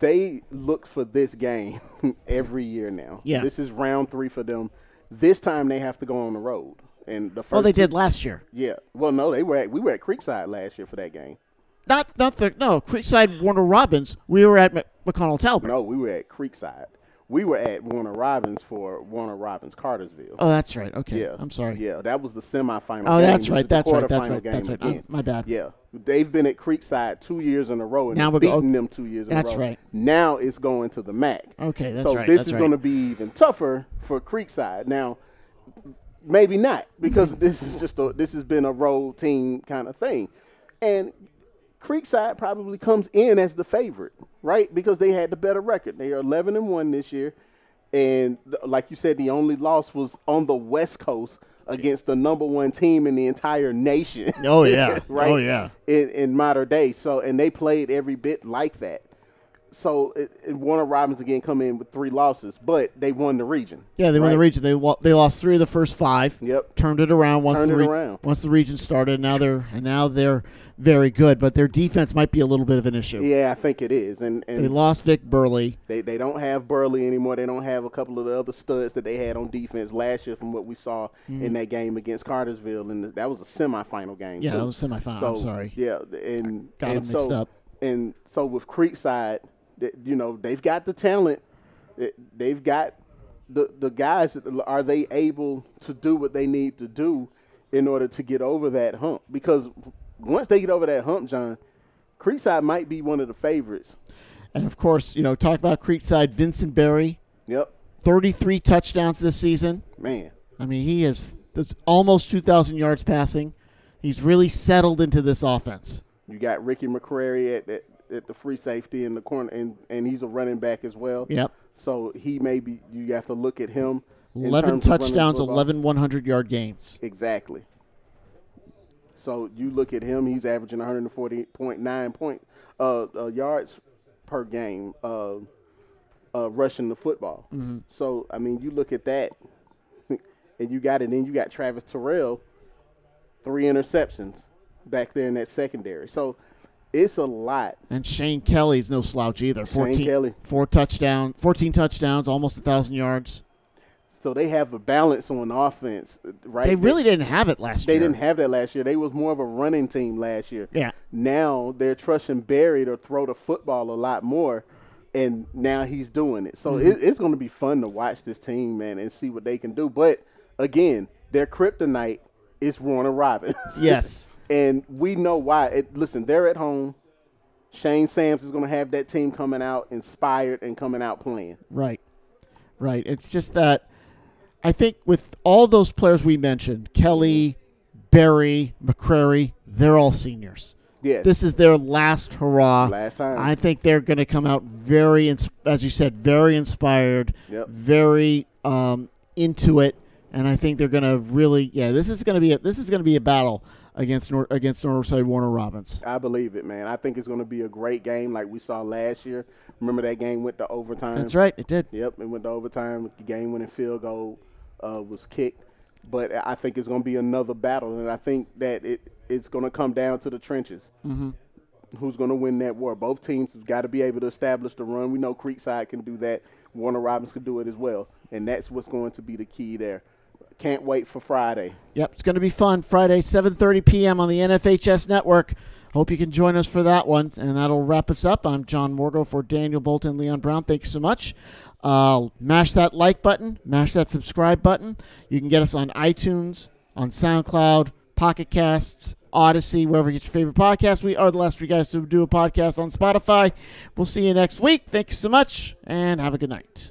B: they look for this game every year now.
A: Yeah.
B: this is round three for them. This time they have to go on the road. And the first,
A: Well, Oh, they
B: two-
A: did last year.
B: Yeah, well, no, they were at, we were at Creekside last year for that game.
A: Not not the no Creekside Warner Robins. We were at Mc- McConnell Talbot.
B: No, we were at Creekside. We were at Warner Robbins for Warner Robbins Cartersville.
A: Oh, that's right. Okay,
B: yeah,
A: I'm sorry.
B: Yeah, that was the semifinal.
A: Oh,
B: game.
A: that's
B: This
A: right,
B: is the
A: that's right, that's
B: quarterfinal
A: right,
B: game
A: that's right.
B: again.
A: I'm- my bad.
B: Yeah, they've been at Creekside two years in a row and
A: Now
B: now
A: we're
B: we're
A: go-
B: beating them two years.
A: That's
B: in a row.
A: right.
B: Now it's going to the MAC.
A: Okay, that's
B: so
A: right,
B: this
A: that's
B: is
A: right.
B: going to be even tougher for Creekside now. Maybe not because this is just a this has been a road team kind of thing, and Creekside probably comes in as the favorite, right? Because they had the better record. They are 11 and one this year, and th- like you said, the only loss was on the West Coast against the number one team in the entire nation.
A: Oh yeah.
B: right?
A: Oh yeah.
B: In, in modern day, so and they played every bit like that. So it, it, Warner Robins again come in with three losses, but they won the region.
A: Yeah, they won the
B: right?
A: region. They lo- they lost three of the first five.
B: Yep.
A: Turned it around once
B: Turned
A: the
B: it
A: re-
B: around.
A: once the region started. And now they're and now they're very good, but their defense might be a little bit of an issue.
B: Yeah, I think it is, and and
A: They lost Vic Burley.
B: They they don't have Burley anymore. They don't have a couple of the other studs that they had on defense last year from what we saw in that game against Cartersville, and that was a semifinal game.
A: Mm-hmm. Yeah,
B: too.
A: that was a semifinal.
B: So,
A: I'm sorry.
B: Yeah, and
A: got
B: and
A: them mixed
B: so,
A: up.
B: And so with Creekside, th- you know they've got the talent. Th- They've got the the guys. that- Are they able to do what they need to do in order to get over that hump? Because once they get over that hump, John, Creekside might be one of the favorites.
A: And of course, you know, talk about Creekside, Vincent Berry,
B: Yep,
A: 33 touchdowns this season.
B: man.
A: I mean, he is that's almost 2,000 yards passing. He's really settled into this offense.
B: You got Ricky McCrary at, at, at the free safety in the corner, and, and he's a running back as well.
A: Yep.
B: So he may be, you have to look at him. in
A: 11
B: terms of running
A: touchdowns,
B: football.
A: 11 100 yard gains.
B: Exactly. So you look at him, he's averaging 140.9 point, uh, uh, yards per game uh, uh, rushing the football.
A: Mm-hmm.
B: So, I mean, you look at that, and you got it. Then you got Travis Terrell, three interceptions back there in that secondary. So it's a lot.
A: And Shane Kelly's no slouch either. 14,
B: Kelly.
A: Four touchdown, 14 touchdowns, almost 1,000 yards.
B: So they have a balance on offense, right?
A: They really didn't have it last
B: they
A: year.
B: didn't have that last year. They was more of a running team last year.
A: Yeah.
B: Now they're trusting Barry to throw the football a lot more, and now he's doing it. So
A: Mm-hmm.
B: it, it's going to be fun to watch this team, man, and see what they can do. But again, their kryptonite is Warner Robbins.
A: Yes.
B: and we know why. It, listen, they're at home. Shane Sams is going to have that team coming out inspired and coming out playing.
A: Right. Right. It's just that I think with all those players we mentioned, Kelly, Barry, McCrary, they're all seniors.
B: Yes.
A: This is their last hurrah.
B: Last time.
A: I think they're going to come out very, ins- as you said, very inspired,
B: Yep.
A: very um, into it, and I think they're going to really, yeah. This is going to be a, this is going to be a battle against Nor- against Northside Warner Robbins.
B: I believe it, man. I think it's going to be a great game like we saw last year. Remember that game went to overtime?
A: That's right. It did.
B: Yep, it went to overtime. The game winning field goal uh, was kicked. But I think it's going to be another battle, and I think that it, it's going to come down to the trenches. Mm-hmm. Who's going to win that war? Both teams have got to be able to establish the run. We know Creekside can do that. Warner Robbins can do it as well, and that's what's going to be the key there. Can't wait for Friday.
A: Yep, it's going to be fun. Friday, 7:30 p.m. on the NFHS network. Hope you can join us for that one, and that'll wrap us up. I'm John Morgo for Daniel Bolton, Leon Brown. Thank you so much. Uh, mash that like button, mash that subscribe button. You can get us on iTunes, on SoundCloud, Pocket Casts, Odyssey, wherever you get your favorite podcast. We are the last three guys to do a podcast on Spotify. We'll see you next week. Thank you so much, and have a good night.